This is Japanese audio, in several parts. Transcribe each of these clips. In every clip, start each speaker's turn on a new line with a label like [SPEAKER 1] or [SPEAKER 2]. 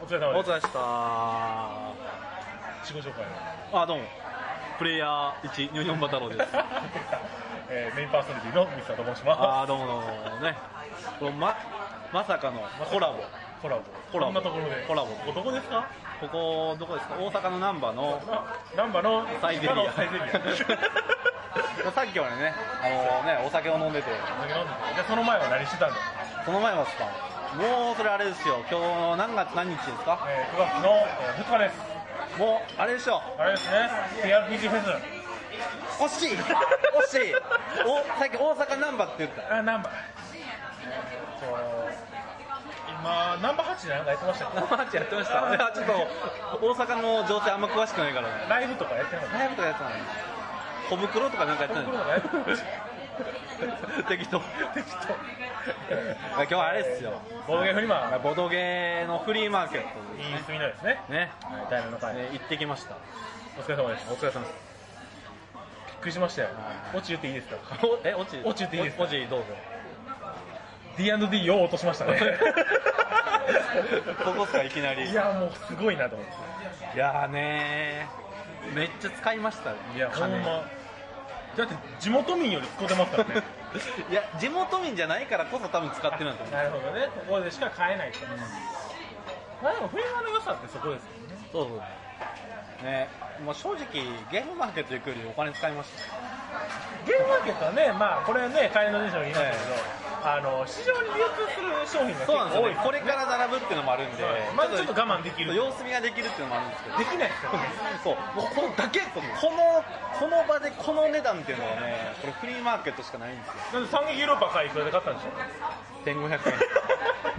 [SPEAKER 1] お疲れ様
[SPEAKER 2] お
[SPEAKER 1] で
[SPEAKER 2] 疲れ様でしたあ
[SPEAKER 1] す自己紹介を、
[SPEAKER 2] どうもプレイヤー1ニョニョンバ太郎です
[SPEAKER 1] えーメインパーソナリティのミスターと申しま
[SPEAKER 2] あーどうもどうもねこのままさかのコラボ
[SPEAKER 1] すコラボ
[SPEAKER 2] コラボ
[SPEAKER 1] こんなところで
[SPEAKER 2] コラボ
[SPEAKER 1] ここどこですか
[SPEAKER 2] ここどこですか大阪の難波の
[SPEAKER 1] あナンバの
[SPEAKER 2] サイゼリア
[SPEAKER 1] 下の サイゼ リア
[SPEAKER 2] さっきまでねあのねお酒を飲んでて
[SPEAKER 1] お酒飲んでてでその前は何してたんだ、
[SPEAKER 2] その前はですかもうそれあれですよ今日何月何日ですか
[SPEAKER 1] えー、9月の、えー2日です
[SPEAKER 2] もうあれでしょ
[SPEAKER 1] あれですね TRPG フェス
[SPEAKER 2] 惜しい惜しいおさっき大阪難波って言った
[SPEAKER 1] あナンバそう今ナンバ8でなんかやってましたっけ
[SPEAKER 2] 生八やってましたいやちょっと大阪の情勢あんま詳しくないからね
[SPEAKER 1] ライブとかやってなかった
[SPEAKER 2] ライブとかやってたの小袋とかなんかやってた
[SPEAKER 1] ところ
[SPEAKER 2] の
[SPEAKER 1] がやってました
[SPEAKER 2] 適当
[SPEAKER 1] 適当
[SPEAKER 2] 今日はあれっすよ
[SPEAKER 1] ボードゲーフリマ
[SPEAKER 2] ボドゲのフリーマーケット
[SPEAKER 1] いい炭のですね
[SPEAKER 2] ね
[SPEAKER 1] はい第7回
[SPEAKER 2] ね行ってきました
[SPEAKER 1] お疲れ様です
[SPEAKER 2] お疲れ様です
[SPEAKER 1] びっくりしましたよ
[SPEAKER 2] は
[SPEAKER 1] オチ言っていいですか
[SPEAKER 2] おえ落ち
[SPEAKER 1] 落ちていいですか
[SPEAKER 2] お落ちどうぞ
[SPEAKER 1] D&D を落としましたね
[SPEAKER 2] ここっすかいきなり
[SPEAKER 1] いやもうすごいなと思って
[SPEAKER 2] いやーねーめっちゃ使いましたね
[SPEAKER 1] いやほん
[SPEAKER 2] 金
[SPEAKER 1] まだって地元民より使ってますからね
[SPEAKER 2] いや地元民じゃないからこそ多分使ってるんだと思
[SPEAKER 1] なるほどねここでしか買えないから、まあでもフリマの良さってそこですよね
[SPEAKER 2] うそうそうねもう正直ゲームマーケット行くよりお金使いまし
[SPEAKER 1] ゲームマーケットはねまあこれはね帰りの辞書に言いましたけど、あの市場に流通する商品が結
[SPEAKER 2] たそうなんです
[SPEAKER 1] 構多
[SPEAKER 2] よ、
[SPEAKER 1] い
[SPEAKER 2] ね、これから並ぶっていうのもあるんで
[SPEAKER 1] まずちょっと我慢できるで
[SPEAKER 2] 様子見ができるっていうのもあるんですけど
[SPEAKER 1] きないですよね
[SPEAKER 2] そうもうこのだけこのこの場でこの値段っていうのはねこれフリーマーケットしかないんです
[SPEAKER 1] な
[SPEAKER 2] よ
[SPEAKER 1] んで三撃ユーロッパ買いそれで買ったんでしょ
[SPEAKER 2] 1500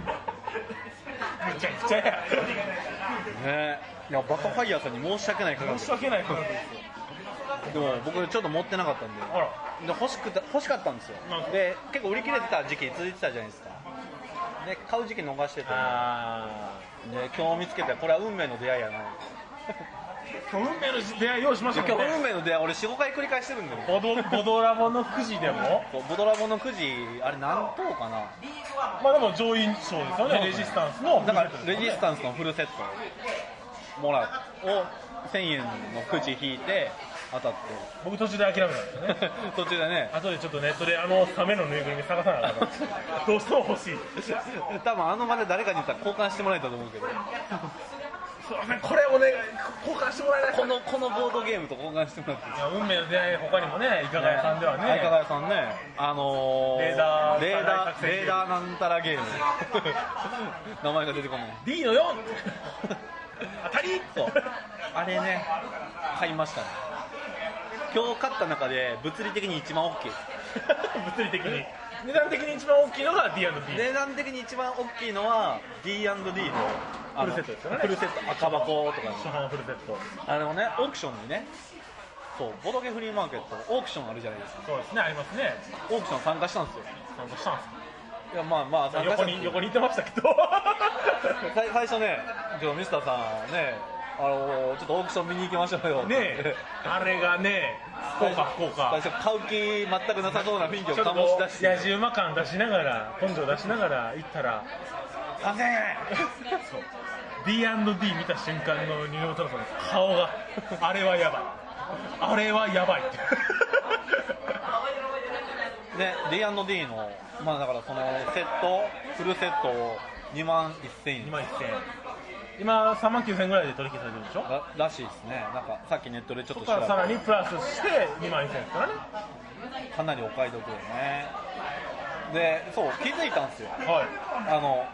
[SPEAKER 1] めちゃくちゃや
[SPEAKER 2] 円ねいやバカファイヤーさんに申し訳ない価格
[SPEAKER 1] 申し訳ないからですよ
[SPEAKER 2] でも僕ちょっと持ってなかったんで
[SPEAKER 1] あら
[SPEAKER 2] で欲しくた欲しかったんですよ
[SPEAKER 1] うん
[SPEAKER 2] で結構売り切れてた時期続いてたじゃないですかで買う時期逃してて
[SPEAKER 1] あ
[SPEAKER 2] で今日見つけたこれは運命の出会いやな
[SPEAKER 1] 今日運命の出会いをしまし
[SPEAKER 2] 今
[SPEAKER 1] た
[SPEAKER 2] 日
[SPEAKER 1] もんね
[SPEAKER 2] 運命の出会い俺45回繰り返してるんだよ
[SPEAKER 1] ボドボドラボのくじでも
[SPEAKER 2] こうボドラボのくじあれ何等かな
[SPEAKER 1] まあでも上位賞ですよねレジスタンスの
[SPEAKER 2] だからレジスタンスのフルセットもらうを1000円のくじ引いて当たっ
[SPEAKER 1] 僕途中で諦めたんですよね
[SPEAKER 2] て 途中でね
[SPEAKER 1] 後でちょっとネットであのサメのぬいぐるみ探さなあかんったどうしても欲しい
[SPEAKER 2] 多分あの場で誰かに言ったら交換してもらえたと思うけど
[SPEAKER 1] すいませんこれお願い交換してもらえない
[SPEAKER 2] このこのボードゲームと交換してもらって
[SPEAKER 1] いや運命の出会い他にもねいか が屋さんではね
[SPEAKER 2] 相方屋さんね、あのー、
[SPEAKER 1] レーダー
[SPEAKER 2] レー
[SPEAKER 1] レー
[SPEAKER 2] ダー、
[SPEAKER 1] ダー
[SPEAKER 2] レーダーなんたらゲーム、 名前が出てこない。
[SPEAKER 1] D の 4! 当たり
[SPEAKER 2] そう、あれね、買いましたね。今日買った中で物理的に一番大きい。
[SPEAKER 1] 物理的に値段的に一番大きいのが D&D
[SPEAKER 2] 値段的に一番大きいのは D&D のあの
[SPEAKER 1] フルセットですよね
[SPEAKER 2] フルセット赤箱とか
[SPEAKER 1] 初版フルセット
[SPEAKER 2] のあのねオークションにねそうボドゲフリーマーケットオークションあるじゃないですか
[SPEAKER 1] そうですねありますね
[SPEAKER 2] オークション参加したんですよ
[SPEAKER 1] 参加したんです
[SPEAKER 2] いやまあまあ参加し
[SPEAKER 1] 横
[SPEAKER 2] たんです
[SPEAKER 1] に
[SPEAKER 2] けど
[SPEAKER 1] 横にいてました けど
[SPEAKER 2] 最最初ね、ちょっとミスターさんね、あのちょっとオークション見に行きましょうよって
[SPEAKER 1] ねえあれがね不幸か不幸か
[SPEAKER 2] 最初買う気全くなさそうな雰囲気を
[SPEAKER 1] ちょっと
[SPEAKER 2] 醸
[SPEAKER 1] こ
[SPEAKER 2] し出
[SPEAKER 1] う
[SPEAKER 2] して
[SPEAKER 1] 野じ馬感出しながら根性出しながら行ったら
[SPEAKER 2] 3000円
[SPEAKER 1] そう D&D 見た瞬間の二ノ太郎さんの顔があれはやばいあれはやば いって
[SPEAKER 2] で D&D のまあだからそのセットフルセットを2万1000円
[SPEAKER 1] 2万1000円今3万9000円ぐらいで取引されてるでしょ
[SPEAKER 2] ららしいですねなんかさっきネットでちょっ
[SPEAKER 1] そこ
[SPEAKER 2] と調
[SPEAKER 1] か
[SPEAKER 2] べ
[SPEAKER 1] らさらにプラスして2万1000円ですからね
[SPEAKER 2] たかなりお買い得よねでそう気づいたんですよ
[SPEAKER 1] はい
[SPEAKER 2] あの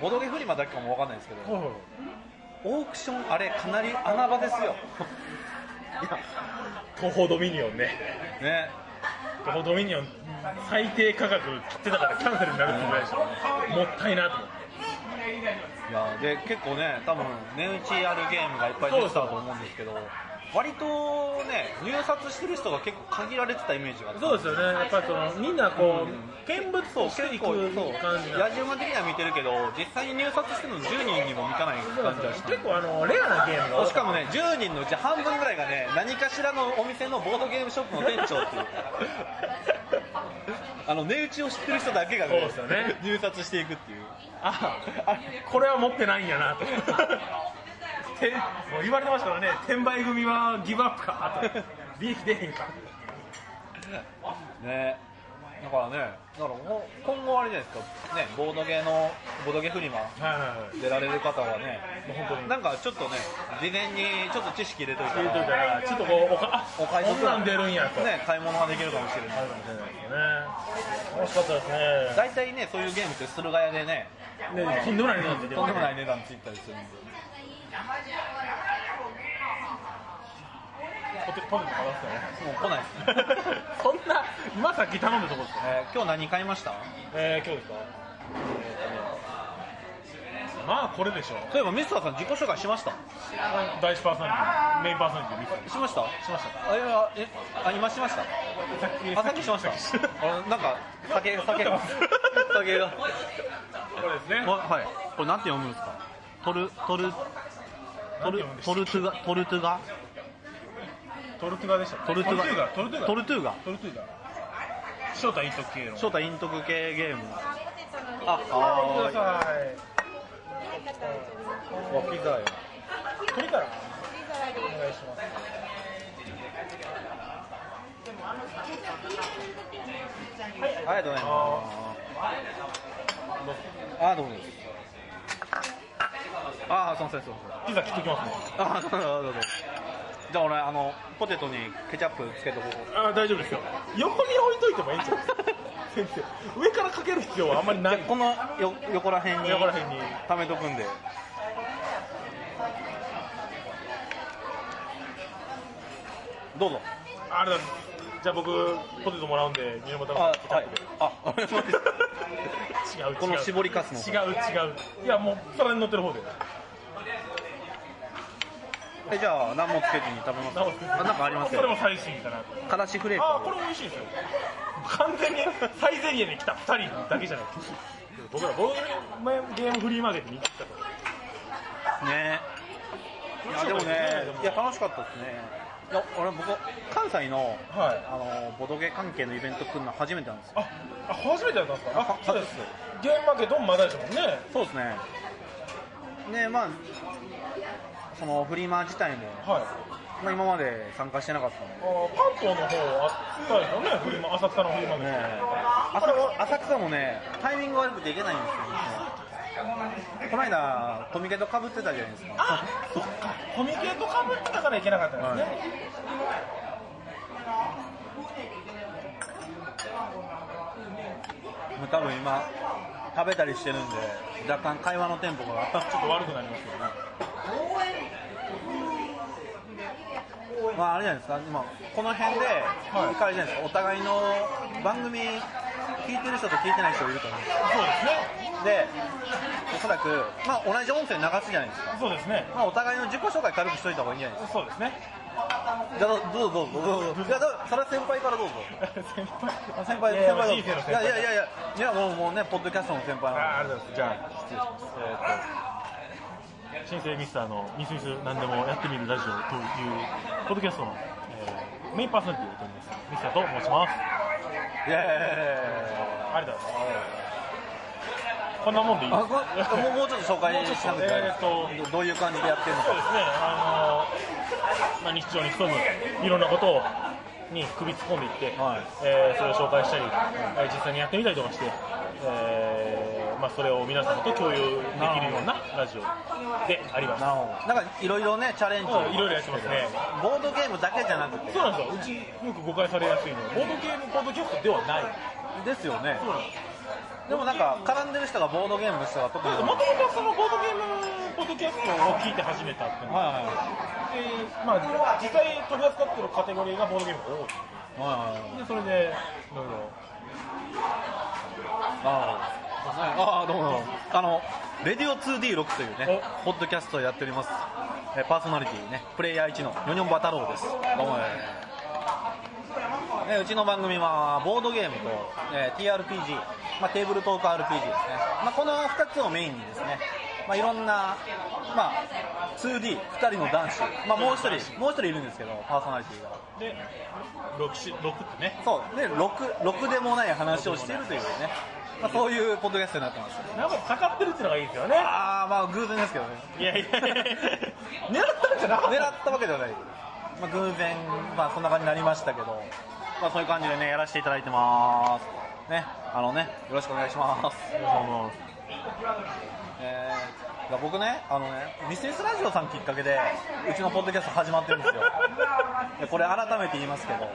[SPEAKER 2] ボドゲフリマだけかもわかんないですけど
[SPEAKER 1] ほうほう
[SPEAKER 2] オークションあれかなり穴場ですよ
[SPEAKER 1] 東方ドミニオンね
[SPEAKER 2] ね
[SPEAKER 1] 東方ドミニオン最低価格切ってたからキャンセルになるってぐらいでしょもったいなと思って
[SPEAKER 2] いやで結構ね、多分値打ちあるゲームがいっぱい出てたと思うんですけど、割とね、入札してる人が結構限られてたイメージがあって、
[SPEAKER 1] そうですよね、やっぱりそのみんなこう、
[SPEAKER 2] うん
[SPEAKER 1] 見物として
[SPEAKER 2] 結
[SPEAKER 1] 行
[SPEAKER 2] 構、そう
[SPEAKER 1] く感じが
[SPEAKER 2] 野じ馬的には見てるけど、実際に入札してるの10人にも満たない感じがした
[SPEAKER 1] 結構あのレアなゲームが多い
[SPEAKER 2] しかもね、10人の うち半分ぐらいがね、何かしらのお店のボードゲームショップの店長っていう、あの値打ちを知ってる人だけが
[SPEAKER 1] そうですよね
[SPEAKER 2] 入札していくっていう
[SPEAKER 1] ああこれは持ってないんやなと てもう言われてましたからね転売組はギブアップかと利益出へんか
[SPEAKER 2] ねだからねだからほ今後あれじゃないですかねボードゲーのボードゲフリマ
[SPEAKER 1] はいはいはい
[SPEAKER 2] 出られる方はね
[SPEAKER 1] もう本当に
[SPEAKER 2] なんかちょっとね事前にちょっと知識入れといた
[SPEAKER 1] 言うといた
[SPEAKER 2] ら
[SPEAKER 1] らちょっとこうおかあ
[SPEAKER 2] お買い得
[SPEAKER 1] こんなん出るんやと、
[SPEAKER 2] ね買い物ができるかもしれない
[SPEAKER 1] ね楽しかったですね
[SPEAKER 2] 大体ねそういうゲームって駿河屋で
[SPEAKER 1] ね
[SPEAKER 2] ね
[SPEAKER 1] とんでもない値段ついて
[SPEAKER 2] とんでもないい値段ついたりするんで
[SPEAKER 1] ポテポテト買わせ
[SPEAKER 2] もう来ないですね
[SPEAKER 1] たよねそんな今さっき頼んだとこですか
[SPEAKER 2] えー今日何買いました
[SPEAKER 1] えー、今日ですかまあこれでしょう
[SPEAKER 2] そういえばミスターさん自己紹介しました
[SPEAKER 1] 第一パーソナリティメインパーソナリティミス
[SPEAKER 2] しました
[SPEAKER 1] しました
[SPEAKER 2] あいやえあ今しました
[SPEAKER 1] さっき
[SPEAKER 2] あさっき しました
[SPEAKER 1] さっき
[SPEAKER 2] あなんか酒酒が 酒が
[SPEAKER 1] これですね
[SPEAKER 2] あはいこれなんて読むんですかトルトル
[SPEAKER 1] な
[SPEAKER 2] トル
[SPEAKER 1] んて読むんでした
[SPEAKER 2] トルトゥガトルトゥガ
[SPEAKER 1] トルトゥガでした
[SPEAKER 2] トルトゥガ
[SPEAKER 1] トルトゥガ
[SPEAKER 2] トルトゥガ
[SPEAKER 1] トルトゥガ翔太いいとけの
[SPEAKER 2] 翔太イントク系ゲームああーわピザよ
[SPEAKER 1] これからお願いします
[SPEAKER 2] ありがとうございますあーどうもですああすいませんすいませ
[SPEAKER 1] ピ
[SPEAKER 2] ん
[SPEAKER 1] ザ切っときますね
[SPEAKER 2] あそうそうそうじゃあ俺あのポテトにケチャップつけとこう
[SPEAKER 1] あ大丈夫ですよ横に置いといてもいいんじ ゃないですか先生上からかける必要はあんまりない
[SPEAKER 2] このよ横ら辺に
[SPEAKER 1] 横ら辺に
[SPEAKER 2] 溜めとくんでどうぞ
[SPEAKER 1] あれだじゃあ僕ポテトもらうんで二の股の
[SPEAKER 2] あ
[SPEAKER 1] ケチャッ
[SPEAKER 2] はい
[SPEAKER 1] プで
[SPEAKER 2] あお願いします
[SPEAKER 1] 違う違う
[SPEAKER 2] この絞りかすの
[SPEAKER 1] 違
[SPEAKER 2] 方
[SPEAKER 1] う違ういやもう皿に乗ってる方で
[SPEAKER 2] えじゃあ何もつけずに食べます
[SPEAKER 1] 直す
[SPEAKER 2] あなんかあります
[SPEAKER 1] それも
[SPEAKER 2] よ
[SPEAKER 1] 最新かなと
[SPEAKER 2] からしフレーク
[SPEAKER 1] ああこれも美味しいですよ完全にサイゼリヤに来た2人だけじゃない僕らボードゲームフリーマーケットに行ってきたから
[SPEAKER 2] ねいやでもねいや楽しかったですねいや俺僕関西の
[SPEAKER 1] はい
[SPEAKER 2] あのボドゲ関係のイベント来るの初めてなんですよ
[SPEAKER 1] ああ初めてだったんですかあ
[SPEAKER 2] あ
[SPEAKER 1] そうですゲームマーケットもまだですもんね
[SPEAKER 2] そうですね。ねまあそのフリマ自体も、
[SPEAKER 1] はい
[SPEAKER 2] まあ、今まで参加してなかったの
[SPEAKER 1] あー関東の方あったですよねフリマ浅草のフリマーケ
[SPEAKER 2] で、ね
[SPEAKER 1] ット、
[SPEAKER 2] 浅草浅草もねタイミング悪くて行けないんですよ、ね。この間コミケと被ってたじゃないですか。
[SPEAKER 1] あそっかコミケとかぶってたからいけなかったんですね、
[SPEAKER 2] もう多分今食べたりしてるんで若干会話のテンポが
[SPEAKER 1] ちょっと悪くなりますけどね
[SPEAKER 2] まああれじゃないですか今この辺で、
[SPEAKER 1] はい
[SPEAKER 2] 一回あれじゃないですかお互いの番組聞いてる人と聞いてない人いると思うんですよ
[SPEAKER 1] そうですね
[SPEAKER 2] でおそらく、まあ、同じ音声流すじゃないですか
[SPEAKER 1] そうですね
[SPEAKER 2] まあ、お互いの自己紹介軽くしといた方がいいんじゃないで
[SPEAKER 1] そうですね
[SPEAKER 2] すか。じゃあ、どうぞどうぞどうぞ。いや、どうそれは先輩からどうぞ。
[SPEAKER 1] 先輩
[SPEAKER 2] 先輩、
[SPEAKER 1] い
[SPEAKER 2] 先
[SPEAKER 1] やいや
[SPEAKER 2] 輩どう
[SPEAKER 1] 人生の先輩
[SPEAKER 2] ぞ。いやいやいやいや、いやもうもうね、ポッドキャストの先輩
[SPEAKER 1] あーあ
[SPEAKER 2] なん
[SPEAKER 1] り
[SPEAKER 2] で。
[SPEAKER 1] がとうございますじゃあ失礼しますえーと新生ミスターのミスミス何でもやってみるラジオというポッドキャストの、えーメインパーソナリティをやっておりますミスターと申します
[SPEAKER 2] いやい
[SPEAKER 1] あ
[SPEAKER 2] やいやいや
[SPEAKER 1] りがとうございますこんなもんでいい
[SPEAKER 2] あ
[SPEAKER 1] です
[SPEAKER 2] これもうもうちょっと紹介しなくて大丈夫
[SPEAKER 1] え
[SPEAKER 2] どどういう感じでやってるの
[SPEAKER 1] そうです
[SPEAKER 2] か
[SPEAKER 1] ねあのーまあ日常に潜むいろんなことをに首突っ込んでいって、
[SPEAKER 2] はい
[SPEAKER 1] えーそれを紹介したり、えー実際にやってみたりとかして、えーまあ、それを皆様と共有できるようなラジオであります
[SPEAKER 2] なるほどなんかいろいろねチャレンジ
[SPEAKER 1] そういろいろやってますね
[SPEAKER 2] ボードゲームだけじゃなくて
[SPEAKER 1] そうなんですよ、うちよく誤解されやすいのは、ボードゲーム、ボードキャストではない、
[SPEAKER 2] ですよね
[SPEAKER 1] そうなんです
[SPEAKER 2] でもなんか絡んでる人がボードゲームの人が特に
[SPEAKER 1] もともとそのボードゲーム、ポッドキャストを聞いて始めたっていうのが
[SPEAKER 2] は
[SPEAKER 1] で、まあ、実際取り扱ってるカテゴリーがボードゲームが多いで、
[SPEAKER 2] いはいはいはい
[SPEAKER 1] それで、いろいろ、
[SPEAKER 2] あああどうもどうもあのレディオ 2D6 というねポッドキャストをやっておりますえーパーソナリティねプレイヤー1のニョニョンバ太郎ですどうもねうちの番組はボードゲームと、えー TRPG、まあ、テーブルトーク RPG ですね、まあ、この2つをメインにですね、まあ、いろんな、まあ、2D、2人の男子、まあ、もう一人、もう一人いるんですけど、パーソナリティが。
[SPEAKER 1] で、6し、六ってね。
[SPEAKER 2] そう、で、ろく、ろくでもない話をしているというね、まあ、そういうポッドキャストになってます。
[SPEAKER 1] なんかかかってるっていうのがいいですよね。
[SPEAKER 2] あー、まあ、偶然ですけどね。
[SPEAKER 1] いやいやいやい
[SPEAKER 2] 狙ったんじゃなかった狙ったわけではない。まあ、偶然、まあ、そんな感じになりましたけど、まあ、そういう感じでね、やらせていただいてます。ね、あのね、よろしくお願いします。
[SPEAKER 1] や、その、
[SPEAKER 2] えー、だから僕ね、あのね、ミスミスラジオさんきっかけで、うちのポッドキャスト始まってるんですよ。でこれ改めて言いますけど、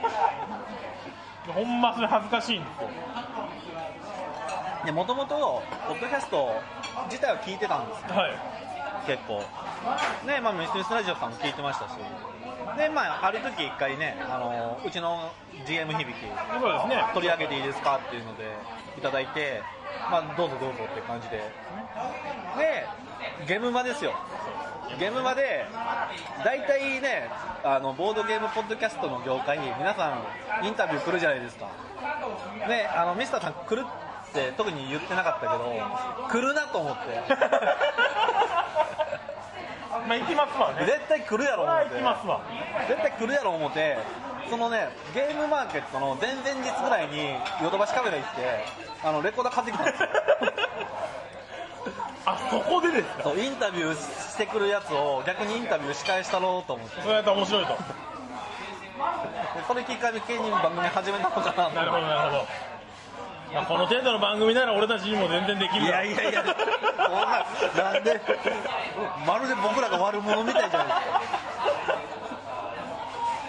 [SPEAKER 1] ほんまそれ恥ずかしいんですよ。
[SPEAKER 2] で、もともと、ポッドキャスト自体は聞いてたんですよ、
[SPEAKER 1] はい。
[SPEAKER 2] 結構。ね、まあ、ミスミスラジオさんも聞いてましたし。で、まあ、ある時一回ね、あの、うちの GM 響き、
[SPEAKER 1] そうですね。
[SPEAKER 2] 取り上げていいですかっていうので、いただいて、まあ、どうぞどうぞって感じで。で、ゲーム場ですよ。ゲームまで、大体ね、あの、ボードゲームポッドキャストの業界に皆さんインタビュー来るじゃないですか。ね、あの、ミスターさん来るって特に言ってなかったけど、来るなと思って。
[SPEAKER 1] まあ、行きますわね。
[SPEAKER 2] 絶対来るやろ
[SPEAKER 1] そ
[SPEAKER 2] 思
[SPEAKER 1] ら
[SPEAKER 2] っ
[SPEAKER 1] 行
[SPEAKER 2] て。
[SPEAKER 1] きますわ。
[SPEAKER 2] 絶対来るやろ思ってそのねゲームマーケットの前々日ぐらいにヨドバシカメラ行ってあのレコーダー買ってきたんですよ
[SPEAKER 1] あ、そこでですか。
[SPEAKER 2] そうインタビューしてくるやつを逆にインタビュー仕返したろうと思って
[SPEAKER 1] それやったら面白いと。
[SPEAKER 2] それきっかけに番組始めたのかな
[SPEAKER 1] なるほど、なるほど。まあ、この程度の番組なら俺たちにも全然できる
[SPEAKER 2] いやいやいやそんななんでまるで僕らが悪者みたいじゃないですか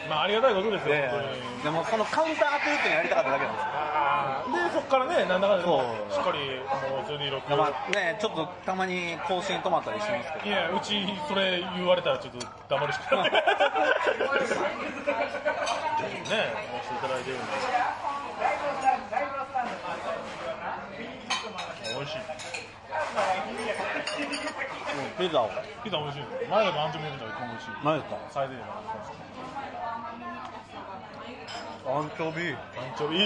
[SPEAKER 1] まあ、ありがたいことですよ、
[SPEAKER 2] で
[SPEAKER 1] 本当に。
[SPEAKER 2] でもそのカウンター当てるっていうのやりたかっただけなんです
[SPEAKER 1] あーで、そ
[SPEAKER 2] よ
[SPEAKER 1] こからね、なんだかんだで
[SPEAKER 2] そう
[SPEAKER 1] しっかり、もう、それで
[SPEAKER 2] いや
[SPEAKER 1] 6、
[SPEAKER 2] まあねちょっとたまに更新止まったりしますけど
[SPEAKER 1] いや、うち、それ言われたら、ちょっと黙るしかない。ね、やらせていただいてるんで。美味しい。
[SPEAKER 2] ピザを
[SPEAKER 1] ピザ美味しいです。前だとアンチョビのピザが一番美味しい。
[SPEAKER 2] 何ですか
[SPEAKER 1] サイゼリヤのアンチョビです
[SPEAKER 2] アン
[SPEAKER 1] アンチ
[SPEAKER 2] チョビ
[SPEAKER 1] ョビ、
[SPEAKER 2] ア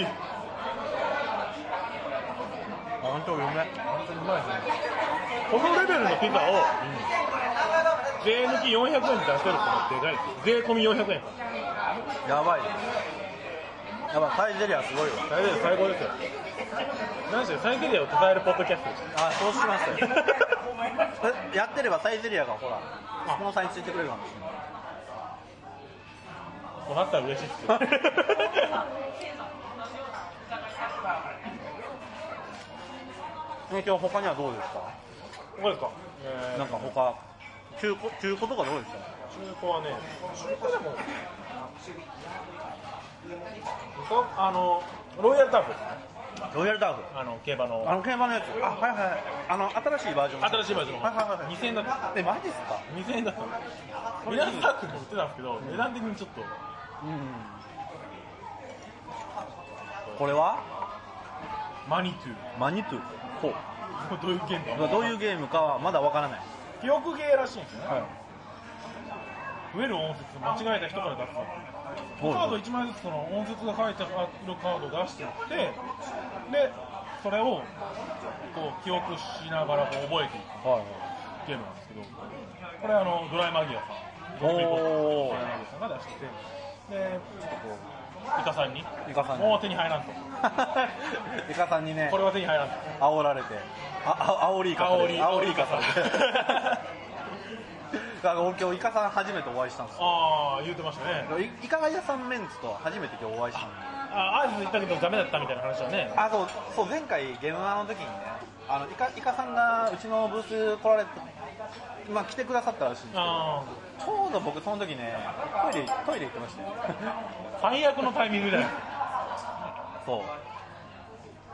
[SPEAKER 2] ンチョビうめ
[SPEAKER 1] 本当にうまいですね。このレベルのピザを、税抜き400円で出せるってのはでかいですよ。税込み400円。
[SPEAKER 2] やばいよやばいサイゼリアすごいわ
[SPEAKER 1] 大丈夫です最高ですよ何しろサイゼリアを称えるポッドキャスト です
[SPEAKER 2] あそうしましたよ えやってればサイゼリアがほらスポンサーについてくれるかもしれない
[SPEAKER 1] こうなったら嬉しいっす よ
[SPEAKER 2] え今日他にはどうですか、
[SPEAKER 1] どうですか、えー
[SPEAKER 2] なんか他中古中古とかどうですか
[SPEAKER 1] 中古はね中古でもそうあのロイヤルターフですね
[SPEAKER 2] ロイヤルダーフ
[SPEAKER 1] あの競馬
[SPEAKER 2] あ
[SPEAKER 1] の
[SPEAKER 2] の競馬のやつあはいはいあの新しいバージョン
[SPEAKER 1] 新しいバージョン
[SPEAKER 2] はいはいはい
[SPEAKER 1] 2000円だった
[SPEAKER 2] えマジっすか
[SPEAKER 1] 2000円だったのミランスタックも売ってたんですけど値段的にちょっと
[SPEAKER 2] うんこれは
[SPEAKER 1] マニトゥ
[SPEAKER 2] マニトゥほう
[SPEAKER 1] ーどういうゲームか
[SPEAKER 2] どういうゲームかはまだわからない
[SPEAKER 1] 記憶ゲーらしいんですよね
[SPEAKER 2] はい
[SPEAKER 1] 増える音節間違えた人から出すのカード1枚ずつその音節が書いてあるカードを出していってでそれをこう記憶しながらこう覚えていく
[SPEAKER 2] はい
[SPEAKER 1] ゲームなんですけどこれあのドライマギアさんド
[SPEAKER 2] おー
[SPEAKER 1] ライマギアさんが出しててでちょっとこうイカさんに
[SPEAKER 2] イカさんに
[SPEAKER 1] もう手に入らんと
[SPEAKER 2] イカさんにね
[SPEAKER 1] これは手に入らんと
[SPEAKER 2] 煽られてああ煽りイカさん
[SPEAKER 1] 煽り
[SPEAKER 2] 煽りイカさん
[SPEAKER 1] あ
[SPEAKER 2] だから俺今日イカさん初めてお会いしたんです よ
[SPEAKER 1] あー言うてましたね
[SPEAKER 2] イイカガヤさんメンツと初めて今日お会いしたんで
[SPEAKER 1] ああいつ行ったけどダメだったみたいな話はね
[SPEAKER 2] あそうそう前回ゲームマの時にねあのイカイカさんがうちのブース来られてまあ来てくださったらしいんです
[SPEAKER 1] あ
[SPEAKER 2] けどちょうど僕その時ねトイレトイレ行ってましたよ
[SPEAKER 1] ー最悪のタイミングだよ
[SPEAKER 2] そ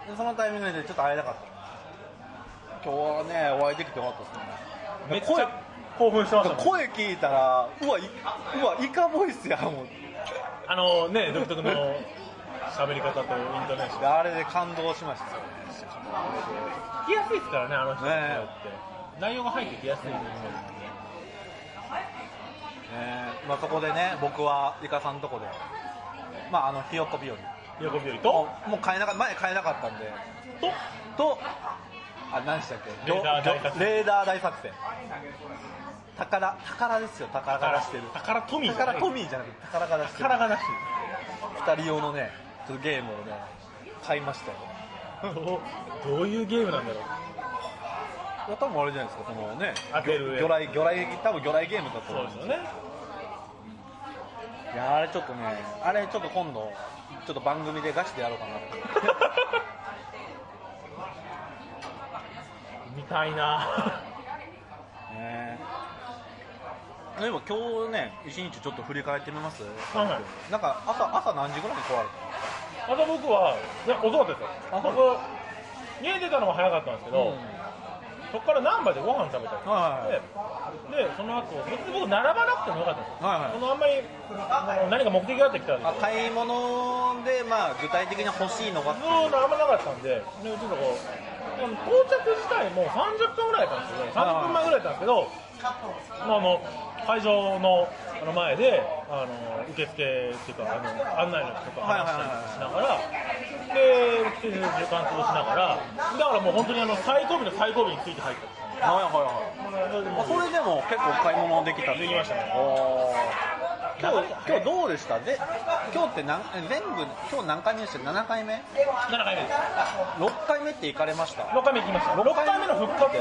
[SPEAKER 2] うでそのタイミングでちょっと会えなかった今日はねお会いできてよかったですね
[SPEAKER 1] めっちゃ興奮してましたもん
[SPEAKER 2] 声聞いたらうわいうわイカボイスやもん
[SPEAKER 1] あのね、独特の喋り方とイントネーション。
[SPEAKER 2] であれで感動しました
[SPEAKER 1] 聞きやすいですからね、あの人の声
[SPEAKER 2] ね
[SPEAKER 1] って。内容が入ってきやすいんで
[SPEAKER 2] ねまあ、そこでね僕はイカさんのとこでまああのひよっこ日和
[SPEAKER 1] 喜びより
[SPEAKER 2] も
[SPEAKER 1] と、
[SPEAKER 2] うもう買えなか前買えなかったんで
[SPEAKER 1] と、
[SPEAKER 2] とあ何でしたっけ
[SPEAKER 1] レーダー大作戦
[SPEAKER 2] レーダー大作戦宝宝ですよ宝が出してる
[SPEAKER 1] 宝トミー
[SPEAKER 2] 宝トミーじゃなくて宝が出してる
[SPEAKER 1] 宝が出し
[SPEAKER 2] 2人用のねちょっとゲームをね買いましたよ
[SPEAKER 1] てるどういうゲームなんだろう
[SPEAKER 2] 多分あれじゃないですかこのね
[SPEAKER 1] 当てる
[SPEAKER 2] 魚雷魚雷多分魚雷ゲームだ
[SPEAKER 1] そ
[SPEAKER 2] と
[SPEAKER 1] う
[SPEAKER 2] 思
[SPEAKER 1] で
[SPEAKER 2] う
[SPEAKER 1] すよね
[SPEAKER 2] いやあれちょっとねあれちょっと今度ちょっと番組でガチでやろうかなって
[SPEAKER 1] 見たいな
[SPEAKER 2] ねでも今日ね一日ちょっと振り返ってみます
[SPEAKER 1] は
[SPEAKER 2] なんか朝朝何時ぐらいに壊れ
[SPEAKER 1] あと僕はいや遅かったですよ
[SPEAKER 2] あそう
[SPEAKER 1] 僕家出たのが早かったんですけ
[SPEAKER 2] た
[SPEAKER 1] ど、そこから難波でご飯食べたりとか
[SPEAKER 2] はい
[SPEAKER 1] してでその後別に僕並ばなくてもよかったんですよ、
[SPEAKER 2] はいはい
[SPEAKER 1] そのあんまりあの何か目的があってきたんです
[SPEAKER 2] あ
[SPEAKER 1] よ
[SPEAKER 2] 買い物でまあ具体的に欲しいのが
[SPEAKER 1] ずーっとあんまなかったんで、でちょっとこう、でも到着自体もう30分ぐらいだったんですよね、30分前ぐらいだったんですけど、まあ、あの会場のあの前で、あの受付っていうか、あの案内の人とか話したりしながら、で、来てる時間過ごしながら、だからもう本当にあの最後尾の最後尾について入ったんですよね
[SPEAKER 2] はいはいはいあそれでも結構買い物できた
[SPEAKER 1] できましたね
[SPEAKER 2] おー今日今日どうでしたで今日って何え全部今日何回目でした7回目
[SPEAKER 1] 7回目です、
[SPEAKER 2] 6回目って行かれました
[SPEAKER 1] 6回目行きました、6回目の復活のイ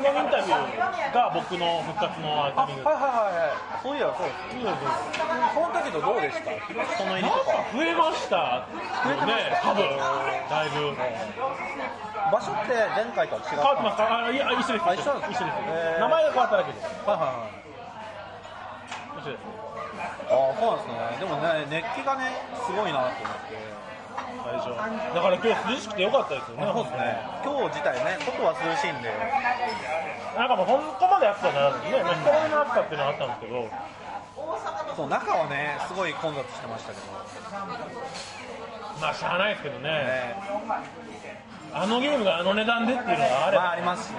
[SPEAKER 1] ンタビューが僕の復活のアーティミング
[SPEAKER 2] いはいそういやそうですその時とどうでしたその入りと
[SPEAKER 1] なん
[SPEAKER 2] か
[SPEAKER 1] か増えました
[SPEAKER 2] 増えてまし
[SPEAKER 1] ね
[SPEAKER 2] た、
[SPEAKER 1] 多分だいぶ。
[SPEAKER 2] 場所って前回とは違った
[SPEAKER 1] 変わってますかあ、いや、一緒です。
[SPEAKER 2] あ一緒なんで
[SPEAKER 1] 一
[SPEAKER 2] す
[SPEAKER 1] 緒です
[SPEAKER 2] へー
[SPEAKER 1] 名前が変わっただけです。
[SPEAKER 2] はいはいはい
[SPEAKER 1] 一緒です。
[SPEAKER 2] ああそうなんですねでもね熱気がねすごいなと思って
[SPEAKER 1] 大丈夫。だから今日涼しくて良かったですよね。
[SPEAKER 2] そうですね今日自体ね外は涼しいんで
[SPEAKER 1] なんかもう本当まで暑さにならずにね、まあ、人混みの暑さっていうのはあったんですけど、
[SPEAKER 2] そう中はねすごい混雑してましたけど
[SPEAKER 1] まあしゃあないですけどね、
[SPEAKER 2] ね
[SPEAKER 1] あのゲームがあの値段でっていうのがあれ
[SPEAKER 2] まあ
[SPEAKER 1] ば、
[SPEAKER 2] ありますしね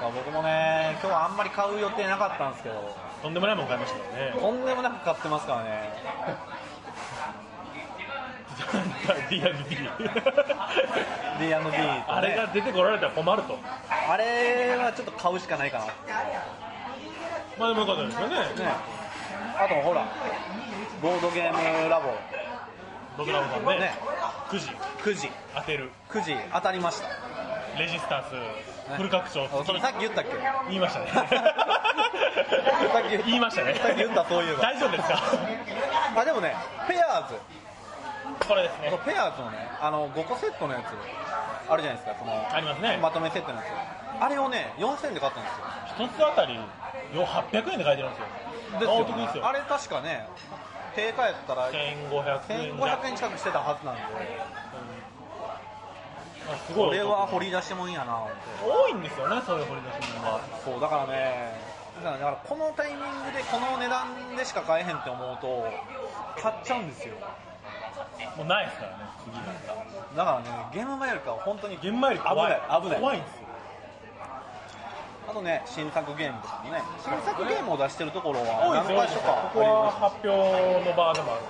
[SPEAKER 2] まあ僕もね今日はあんまり買う予定なかったんですけど
[SPEAKER 1] とんでもないもん買いましたから ね。
[SPEAKER 2] とんでもなく買ってますからね
[SPEAKER 1] ディアビ
[SPEAKER 2] D&D と、ね、
[SPEAKER 1] あれが出てこられたら困ると。
[SPEAKER 2] あれはちょっと買うしかないかなね
[SPEAKER 1] まあでも良かったですよね。
[SPEAKER 2] あとほらボードゲームラボ
[SPEAKER 1] ドクラムさんね、
[SPEAKER 2] ね
[SPEAKER 1] 9時
[SPEAKER 2] 9時
[SPEAKER 1] 当てる、
[SPEAKER 2] 9時当たりました、
[SPEAKER 1] レジスタンス、フル拡張、
[SPEAKER 2] あそれさっき言ったっけ
[SPEAKER 1] 言いましたね
[SPEAKER 2] っき言っ。た
[SPEAKER 1] 言いましたね。
[SPEAKER 2] さっき言ったそういえば
[SPEAKER 1] 大丈夫ですか。
[SPEAKER 2] あでもねペアーズ
[SPEAKER 1] これですね。
[SPEAKER 2] ペアーズのねあの5個セットのやつあるじゃないですかその
[SPEAKER 1] ありますね。
[SPEAKER 2] まとめセットのやつあれをね4000円で買ったんですよ
[SPEAKER 1] 一つあたりよ800円で書いてるんですよ。
[SPEAKER 2] で
[SPEAKER 1] あ
[SPEAKER 2] す
[SPEAKER 1] お
[SPEAKER 2] よ
[SPEAKER 1] 得ですよ。
[SPEAKER 2] あれ確かね定価やったら
[SPEAKER 1] 1500円
[SPEAKER 2] 1500円近くしてたはずなんで
[SPEAKER 1] あすごい
[SPEAKER 2] こ
[SPEAKER 1] お得。
[SPEAKER 2] れは掘り出しもんやな思って
[SPEAKER 1] 多いんですよね。そういう掘り出し物が。
[SPEAKER 2] そうだからねだからだからこのタイミングでこの値段でしか買えへんって思うと買っちゃうんですよ
[SPEAKER 1] もうないですからね。次が。
[SPEAKER 2] だからねゲームマよりかは本当に
[SPEAKER 1] 現場より怖い。
[SPEAKER 2] 危ない危な
[SPEAKER 1] 怖
[SPEAKER 2] い
[SPEAKER 1] いんですよ。
[SPEAKER 2] あとね新作ゲームとかもね新作ゲームを出してるところは
[SPEAKER 1] 多い
[SPEAKER 2] 何
[SPEAKER 1] ですよ
[SPEAKER 2] 箇所か。
[SPEAKER 1] ここは発表の場でもある。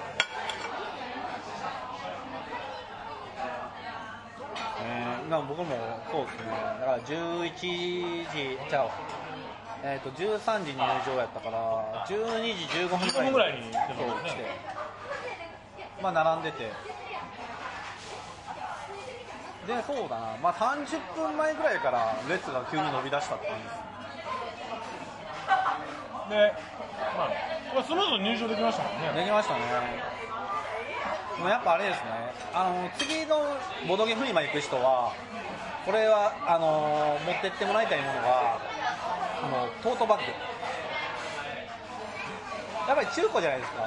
[SPEAKER 2] えー、なんか僕もそうですね、だから11時、じゃあ、えー、と13時入場やったから、12時15分ぐらい
[SPEAKER 1] 15分ぐらいに来てます
[SPEAKER 2] そ
[SPEAKER 1] ね
[SPEAKER 2] う来て、まあ、並んでて、で、そうだな、まあ、30分前ぐらいから列が急に伸び出したって感じです
[SPEAKER 1] で、まあ、これスムーズに入場できましたもんね。
[SPEAKER 2] できましたね。でもやっぱあれですね、あの次のボドゲフリマ行く人は、これはあの持ってってもらいたいものが、あのトートバッグ。やっぱり中古じゃないですか。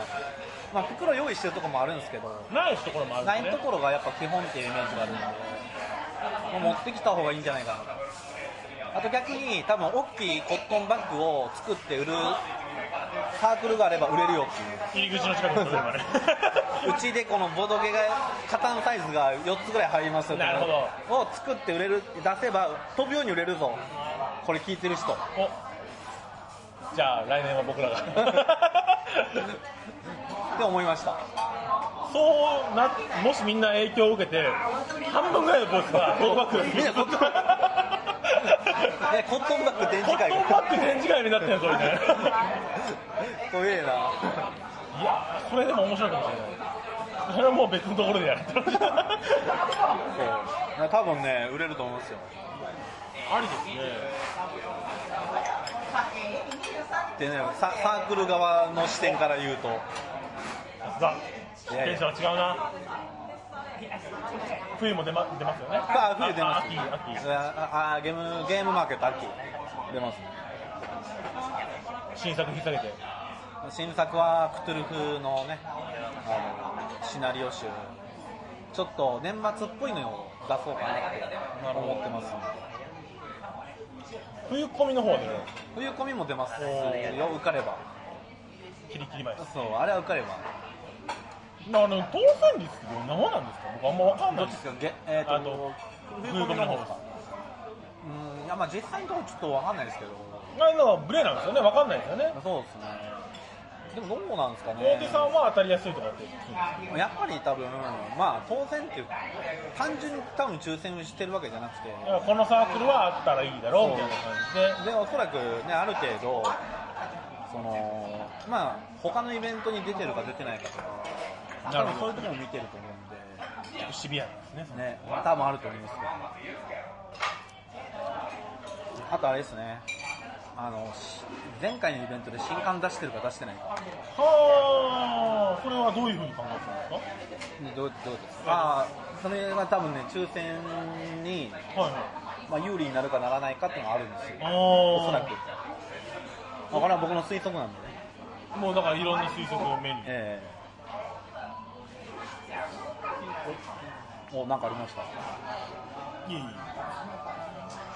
[SPEAKER 2] まあ袋用意してるとこもあるんですけど、
[SPEAKER 1] ないところもあるん
[SPEAKER 2] ない
[SPEAKER 1] です
[SPEAKER 2] と
[SPEAKER 1] ね。
[SPEAKER 2] ころがやっぱ基本っていうイメージがあるので、もう持ってきた方がいいんじゃないかな。あと逆に多分大きいコットンバッグを作って売るサークルがあれば売れるよっていう。
[SPEAKER 1] 入り口の近くのところま で。
[SPEAKER 2] うちでこのボドゲがカタンサイズが4つぐらい入りますよ
[SPEAKER 1] なるほ
[SPEAKER 2] を作って売れる出せば飛ぶように売れるぞこれ聞いてる人
[SPEAKER 1] おじゃあ来年は僕らが
[SPEAKER 2] って思いました
[SPEAKER 1] そうなもしみんな影響を受けて半分ぐらいのボスがトートバッグ
[SPEAKER 2] みんなこっちえコットンバッグ展
[SPEAKER 1] コ
[SPEAKER 2] 示
[SPEAKER 1] ッ
[SPEAKER 2] 会
[SPEAKER 1] トンバッグ展示会になってんのそれね
[SPEAKER 2] 怖えない
[SPEAKER 1] やそれでも面白いかもしれないそれはもう別のところでやるって感じ
[SPEAKER 2] そう多分ね売れると思うんですよ
[SPEAKER 1] ありですね
[SPEAKER 2] でねササークル側の視点から言うと
[SPEAKER 1] ザ
[SPEAKER 2] いやい
[SPEAKER 1] テ
[SPEAKER 2] や
[SPEAKER 1] ンション違うな冬も出,、ま、出ますよね
[SPEAKER 2] まあ冬出ます
[SPEAKER 1] あ秋秋
[SPEAKER 2] ああゲームゲームマーケット秋出ますね
[SPEAKER 1] 新作引っ提げて
[SPEAKER 2] 新作はクトゥルフのねあのシナリオ集ちょっと年末っぽいのを出そうかなって思ってます
[SPEAKER 1] 冬コミの方は出る
[SPEAKER 2] 冬コミも出ますよ
[SPEAKER 1] おー
[SPEAKER 2] 受かれば
[SPEAKER 1] キリキリ前です
[SPEAKER 2] そうあれは受かれば
[SPEAKER 1] なあの当選率ってどんなもんなんですか僕あんまわかんな
[SPEAKER 2] ど
[SPEAKER 1] い
[SPEAKER 2] っちですかげえー
[SPEAKER 1] あ
[SPEAKER 2] と
[SPEAKER 1] と
[SPEAKER 2] 冬
[SPEAKER 1] 冬
[SPEAKER 2] コ
[SPEAKER 1] コ
[SPEAKER 2] ミ
[SPEAKER 1] ミ
[SPEAKER 2] の
[SPEAKER 1] の方
[SPEAKER 2] 方で
[SPEAKER 1] ですす
[SPEAKER 2] かうんいやまあ実際のところちょっとわかんないですけど
[SPEAKER 1] あれのブレなんですよねわかんないですよね
[SPEAKER 2] そうですねでもどうなんですか
[SPEAKER 1] 大手
[SPEAKER 2] ね
[SPEAKER 1] さんは当たりやすいとかって聞くんですよ
[SPEAKER 2] やっぱり多分まあ当選っていう単純に多分抽選をしてるわけじゃなくて
[SPEAKER 1] だからこのサークルはあったらいいだろうみたいな感じで
[SPEAKER 2] でおそらくねある程度そのまあ他のイベントに出てるか出てないかとか
[SPEAKER 1] なる
[SPEAKER 2] 多分そ
[SPEAKER 1] ほ
[SPEAKER 2] うい
[SPEAKER 1] ど
[SPEAKER 2] うところも見てると思うん
[SPEAKER 1] ちょっとシビアなんですね
[SPEAKER 2] でね多分あると思いますけどあとあれですねあのし前回のイベントで新刊出してるか出してないか
[SPEAKER 1] はあそれはどういうふうに考えてるんで
[SPEAKER 2] でどうどうですかああそれは多分ね抽選に、
[SPEAKER 1] すかはいはい
[SPEAKER 2] まあ、有利になるかならないかっていうのがあるんですよ
[SPEAKER 1] あ
[SPEAKER 2] おそらく
[SPEAKER 1] ー
[SPEAKER 2] まあこれは僕の推測なんでね
[SPEAKER 1] もうだからいろんな推測を目に
[SPEAKER 2] ええお、なんかありました。
[SPEAKER 1] いいいい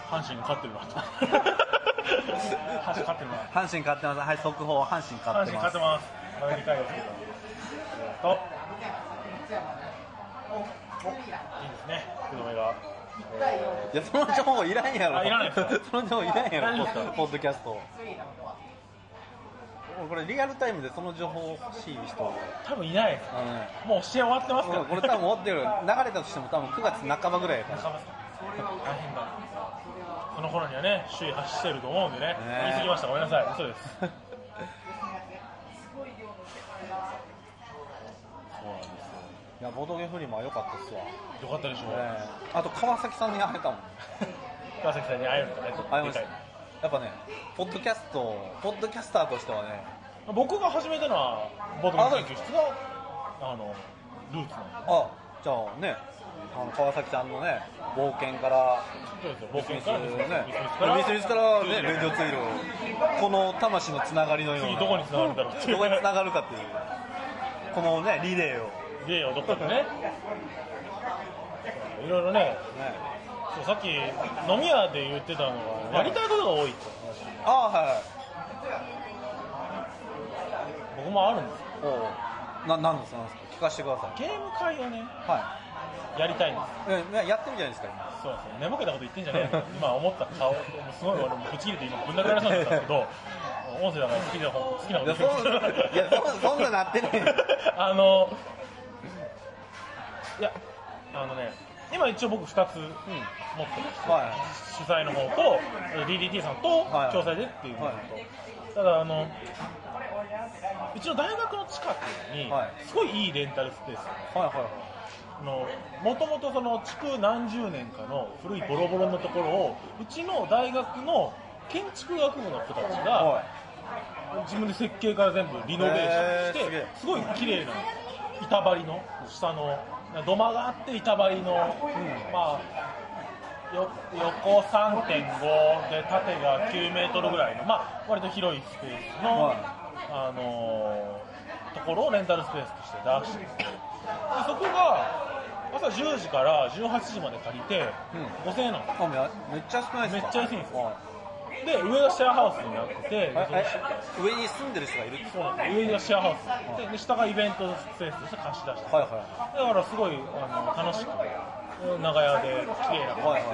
[SPEAKER 1] 阪神が勝ってるなと阪神勝ってるな
[SPEAKER 2] 阪神勝ってます。はい、速報、阪神
[SPEAKER 1] 阪
[SPEAKER 2] 勝って
[SPEAKER 1] 神
[SPEAKER 2] ま
[SPEAKER 1] 勝っ
[SPEAKER 2] す
[SPEAKER 1] て。ます投げたいですけどといいですね福留が
[SPEAKER 2] いや、その情 報いらんやろ。
[SPEAKER 1] あいらないですか
[SPEAKER 2] その情報いらんや
[SPEAKER 1] 大丈夫です
[SPEAKER 2] ろ
[SPEAKER 1] か、
[SPEAKER 2] ポッドキャスト。これリアルタイムでその情報欲しい人
[SPEAKER 1] 多分いないです
[SPEAKER 2] あのね
[SPEAKER 1] もう試合終わってますから
[SPEAKER 2] これ多分追ってる流れたとしても多分9月半ばぐらいやか
[SPEAKER 1] 中松さん大変だこの頃にはね首位走ってると思うんでね
[SPEAKER 2] え
[SPEAKER 1] 言い過ぎましたごめんなさい嘘ですそ
[SPEAKER 2] ら
[SPEAKER 1] うなんです
[SPEAKER 2] いやボードゲームフリマは良かったっすわ、
[SPEAKER 1] よかったでしょう、
[SPEAKER 2] ええあと川崎さんに会えたもん
[SPEAKER 1] 川崎さんに会えるとね
[SPEAKER 2] 会いました
[SPEAKER 1] で
[SPEAKER 2] や
[SPEAKER 1] か
[SPEAKER 2] っぱねポッドキャストポッドキャスターとしてはね
[SPEAKER 1] い僕が始めたのはボードゲーム研究室のあのルーツなんで
[SPEAKER 2] あじゃあねあの川崎さんのね冒険から
[SPEAKER 1] そうですよ冒険
[SPEAKER 2] ミス
[SPEAKER 1] から
[SPEAKER 2] ね
[SPEAKER 1] ミ
[SPEAKER 2] ミス
[SPEAKER 1] ス
[SPEAKER 2] ミ
[SPEAKER 1] ミ
[SPEAKER 2] ス
[SPEAKER 1] ス
[SPEAKER 2] か
[SPEAKER 1] からら
[SPEAKER 2] ねレンジョ
[SPEAKER 1] 次
[SPEAKER 2] ツイルこの魂のつながりのような
[SPEAKER 1] どこに繋がるんだろうってい
[SPEAKER 2] どこにつ
[SPEAKER 1] う
[SPEAKER 2] ながるかっていうこのねリレーをね
[SPEAKER 1] でどっかでねいろいろねそうさっき飲み屋で言ってたのがやりたいことが多いって話
[SPEAKER 2] ああはい
[SPEAKER 1] 僕もあるんですよ
[SPEAKER 2] おうななんですかなんですか聞かせてくださ
[SPEAKER 1] ゲーム会をね
[SPEAKER 2] いは
[SPEAKER 1] やりたいんです
[SPEAKER 2] いえねやってみじゃないですか今
[SPEAKER 1] そうなんですよ寝ぼけたこと言ってんじゃねえ よ今思った顔もうすごい俺もぶち切れて今ぶん殴られそうになったんですけど音声だから好きな方好きなこ
[SPEAKER 2] いや
[SPEAKER 1] と
[SPEAKER 2] そんいやそんそんななってない
[SPEAKER 1] あのいやあのね今一応僕2つ持って
[SPEAKER 2] うん
[SPEAKER 1] ます、
[SPEAKER 2] は
[SPEAKER 1] 主催の方と DDT さんと
[SPEAKER 2] はい
[SPEAKER 1] 調査でっていうのと、
[SPEAKER 2] はい
[SPEAKER 1] ただあのうちの大学の近くに
[SPEAKER 2] はい
[SPEAKER 1] すごいいいレンタルスペース
[SPEAKER 2] いはいはい
[SPEAKER 1] もともとその築何十年かの古いボロボロのところをうちの大学の建築学部の子たち
[SPEAKER 2] は
[SPEAKER 1] が自分で設計から全部リノベーション
[SPEAKER 2] へー
[SPEAKER 1] し
[SPEAKER 2] すげえ
[SPEAKER 1] てすごい綺麗な板張りの下の土間があって板張りのまあよ横3.5で縦が9メートルぐらいのまあ割と広いスペースの
[SPEAKER 2] はい
[SPEAKER 1] あのーところをレンタルスペースとして出してでそこが朝10時から18時まで借りて5000円なの
[SPEAKER 2] いあめめっちゃ少ないですか
[SPEAKER 1] めっちゃ安いんですよ
[SPEAKER 2] は
[SPEAKER 1] で上がシェアハウスになっててでその
[SPEAKER 2] ええ上に住んでる人がいるんです
[SPEAKER 1] そうなんです上がシェアハウスでで下がイベントスペースとして貸し出して
[SPEAKER 2] はいは
[SPEAKER 1] だからすごいあの楽しく長屋で綺麗な感
[SPEAKER 2] はい
[SPEAKER 1] じ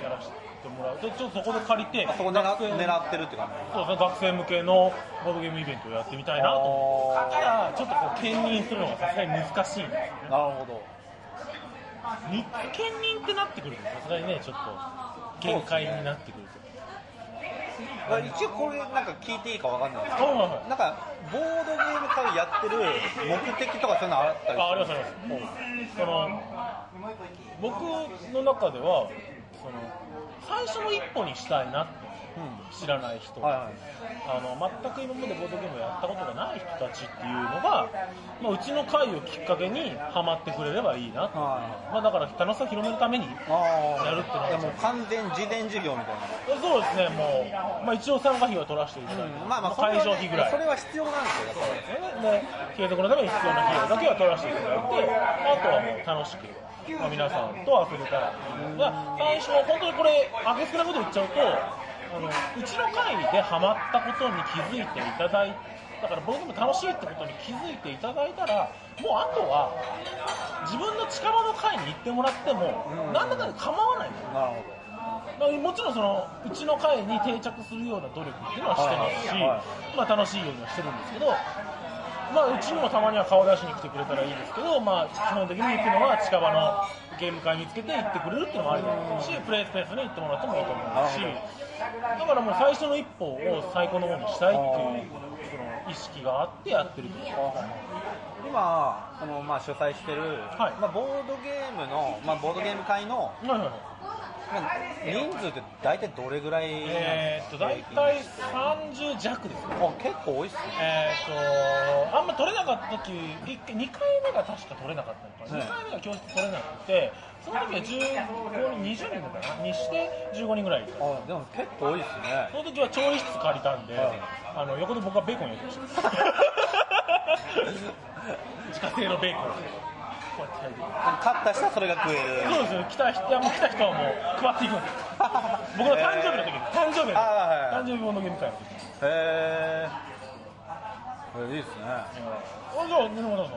[SPEAKER 1] でやらせてもらうでちょっとそこで借りて
[SPEAKER 2] いそこ狙
[SPEAKER 1] 学生
[SPEAKER 2] 狙ってるって感じ
[SPEAKER 1] そうですね学生向けのボードゲームイベントをやってみたいなと思ってただちょっとこう兼任するのがさすがに難しいんですよね
[SPEAKER 2] なるほど
[SPEAKER 1] に兼任ってなってくるとさすがにねちょっと限界になってくると
[SPEAKER 2] まあ一応これなんか聞いていいかわかんないですけ
[SPEAKER 1] あはい
[SPEAKER 2] ど
[SPEAKER 1] は、い
[SPEAKER 2] なんかボードゲーム会やってる目的とかそういうのあったり
[SPEAKER 1] あありますす
[SPEAKER 2] る
[SPEAKER 1] ありますその僕の中ではその最初の一歩にしたいなって知らない人、
[SPEAKER 2] うんはいはい
[SPEAKER 1] あの全く今までボードゲームをやったことがない人たちっていうのが、まあ、うちの会をきっかけにハマってくれればいいなって、
[SPEAKER 2] は
[SPEAKER 1] まあ、だから楽しさを広めるために
[SPEAKER 2] ああ
[SPEAKER 1] やるってなっちゃう
[SPEAKER 2] もう完全自伝授業みたい
[SPEAKER 1] そうですねもう、まあ、一応参加費は取らせていただいて、
[SPEAKER 2] な、まあまあそ
[SPEAKER 1] 会
[SPEAKER 2] れ
[SPEAKER 1] 場
[SPEAKER 2] は
[SPEAKER 1] 費ぐらい
[SPEAKER 2] それは必要なんで
[SPEAKER 1] で
[SPEAKER 2] すよやっぱり
[SPEAKER 1] 継続のために必要な費用だけは取らせていただいて、あとはもう楽しく、まあ、皆さんと遊べたらっていうのが、最初は本当にこれ、あげつけなこと言っちゃうと、あのうちの会でハマったことに気づいていただいだから僕も楽しいってことに気づいていただいたら、もうあとは自分の近場の会に行ってもらっても、なんだかんだ構わないんですよ
[SPEAKER 2] なるほ
[SPEAKER 1] まあ、もちろんそのうちの会に定着するような努力っていうのはしてますし、
[SPEAKER 2] はいは
[SPEAKER 1] まあ、楽しいようにはしてるんですけど、まあ、うちにもたまには顔出しに来てくれたらいいですけど、まあ、基本的に行くのは近場のゲーム会見つけて行ってくれるっていうのもありだと思うしプレイスペースに行ってもらってもいいと思うし
[SPEAKER 2] なる
[SPEAKER 1] だからもう最初の一歩を最高のものにしたいっていうその意識があってやってると思います
[SPEAKER 2] ど今そのまあ主催してる、
[SPEAKER 1] はい
[SPEAKER 2] まあ、ボードゲームの、まあ、ボードゲーム会
[SPEAKER 1] は
[SPEAKER 2] の、
[SPEAKER 1] いはいはい
[SPEAKER 2] まあ、人数って大体どれぐらいなん
[SPEAKER 1] え
[SPEAKER 2] で
[SPEAKER 1] ーっ
[SPEAKER 2] す
[SPEAKER 1] と
[SPEAKER 2] か
[SPEAKER 1] 大体30弱ですね
[SPEAKER 2] あ結構多いっすね
[SPEAKER 1] えー、とあんま取れなかった時一回2回目が確か取れなかったのかな、
[SPEAKER 2] はい
[SPEAKER 1] 2回目が教室取れなくてその時は15人20人かなにして15人ぐらいいた
[SPEAKER 2] あでも結構多いっすね
[SPEAKER 1] その時は調理室借りたんで、
[SPEAKER 2] はい
[SPEAKER 1] あの横で僕はベーコン焼いてました 自家製のベーコンをこうやって焼いて
[SPEAKER 2] 勝った人はそれが 食える
[SPEAKER 1] そうですよ来た人はもう来た人はもう配っていくんです僕の誕生日の時に、誕生日の時に
[SPEAKER 2] あはいは
[SPEAKER 1] 誕
[SPEAKER 2] い
[SPEAKER 1] 生日のゲーム会の時に
[SPEAKER 2] へえこれいいです
[SPEAKER 1] あじゃあ根本さんの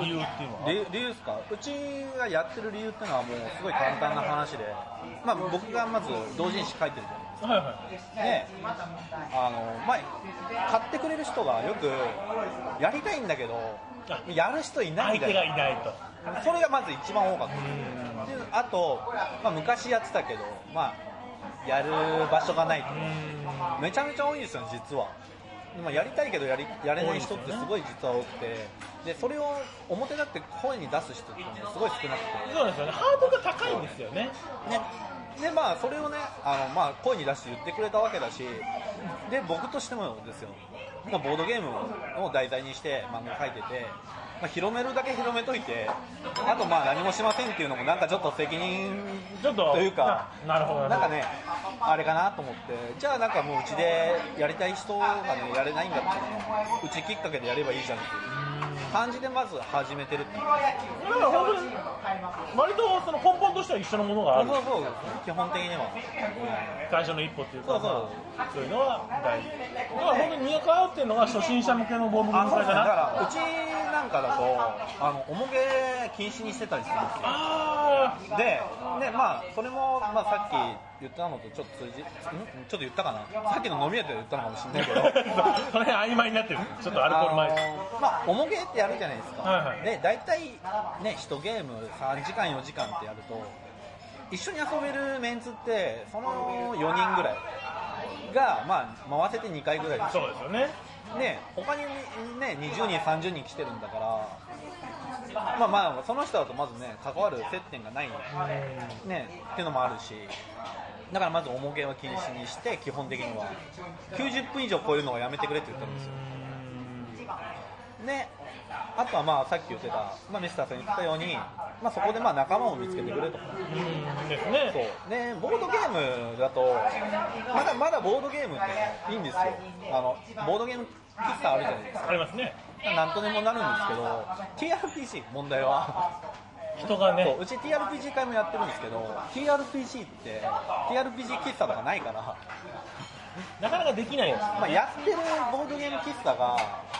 [SPEAKER 1] 理由っていうのは
[SPEAKER 2] ね理理由ですかうちがやってる理由ってのはもうすごい簡単な話で、まあ、僕がまず同人誌書いてるじゃないですか
[SPEAKER 1] はいはい
[SPEAKER 2] であの前買ってくれる人がよくやりたいんだけどやる人いな
[SPEAKER 1] 相
[SPEAKER 2] いんだ
[SPEAKER 1] 手
[SPEAKER 2] よ
[SPEAKER 1] がいないと。
[SPEAKER 2] それがまず一番多かったであと、まあ、昔やってたけど、まあ、やる場所がないとめちゃめちゃ多いんですよ実はまあやりたいけどやりやれない人ってすごい実は多くてでそれを表立って声に出す人っていうのがすごい少なくて
[SPEAKER 1] そうですよね。ハードルが高いんですよね。
[SPEAKER 2] ねでまあそれをねあの、まあ、声に出して言ってくれたわけだしで僕としてもですよまあボードゲームを題材にして漫画描いてて、まあ、広めるだけ広めといてあとまあ何もしませんっていうのもなんかちょっと責任
[SPEAKER 1] ちょっと。
[SPEAKER 2] というか
[SPEAKER 1] ななるほど。
[SPEAKER 2] なんか。ねあれかなと思ってじゃあなんかもううちでやりたい人がねやれないんだってうちきっかけでやればいいじゃんっていう感じでまず始めてるっていう
[SPEAKER 1] だから本当に、割とその根本としては一緒のものがあ
[SPEAKER 2] そう
[SPEAKER 1] る
[SPEAKER 2] そ。うそう基本的には
[SPEAKER 1] 最初の一歩っていうか、
[SPEAKER 2] そうそう
[SPEAKER 1] まあそういうのは大事。だから本当に入会合うっていうのが初心者向けのボードゲー
[SPEAKER 2] あ
[SPEAKER 1] ム
[SPEAKER 2] そ
[SPEAKER 1] 会
[SPEAKER 2] うです
[SPEAKER 1] じ
[SPEAKER 2] ね
[SPEAKER 1] ゃなく
[SPEAKER 2] だ
[SPEAKER 1] て。
[SPEAKER 2] からうちなんかだとあの重げ禁止にしてたりするんで
[SPEAKER 1] あ
[SPEAKER 2] すよで、ねまあ、それも、まあ、さっき言ったのとちょっと通じんちょっと言ったかなさっきの飲み屋で言ったのかもしれ ないけど
[SPEAKER 1] あ。 それ曖昧になってる。ちょっとアルコール前です。
[SPEAKER 2] あのーまあ、重ゲーってやるじゃないですか、
[SPEAKER 1] はいはい
[SPEAKER 2] で大体ね1ゲーム3時間4時間ってやると一緒に遊べるメンツってその4人ぐらいが、まあ、回せて2回ぐらいでし
[SPEAKER 1] そうですよね。
[SPEAKER 2] ょね他にね20人30人来てるんだからまあまあその人だとまずね関わる接点がないね、っていうのもあるし、だからまず重げは禁止にして、基本的には、90分以上超えるのはやめてくれって言ったんですよ。ね、あとはまあさっき言ってた、まあ、ミスターさん言ってたように、まあ、そこでまあ仲間を見つけてくれと
[SPEAKER 1] うんです
[SPEAKER 2] そ
[SPEAKER 1] ね。
[SPEAKER 2] う、ね、ボードゲームだと、まだまだボードゲームっていいんですよ、あのボードゲーム喫茶あるじゃないです
[SPEAKER 1] ありますね。
[SPEAKER 2] か、なんとでもなるんですけど、TRPG、問題は。
[SPEAKER 1] 人がね
[SPEAKER 2] そ。ううち TRPG 会もやってるんですけど TRPG って TRPG 喫茶とかないから、
[SPEAKER 1] なかなかできないです。
[SPEAKER 2] まあ、やってるボードゲーム喫茶が、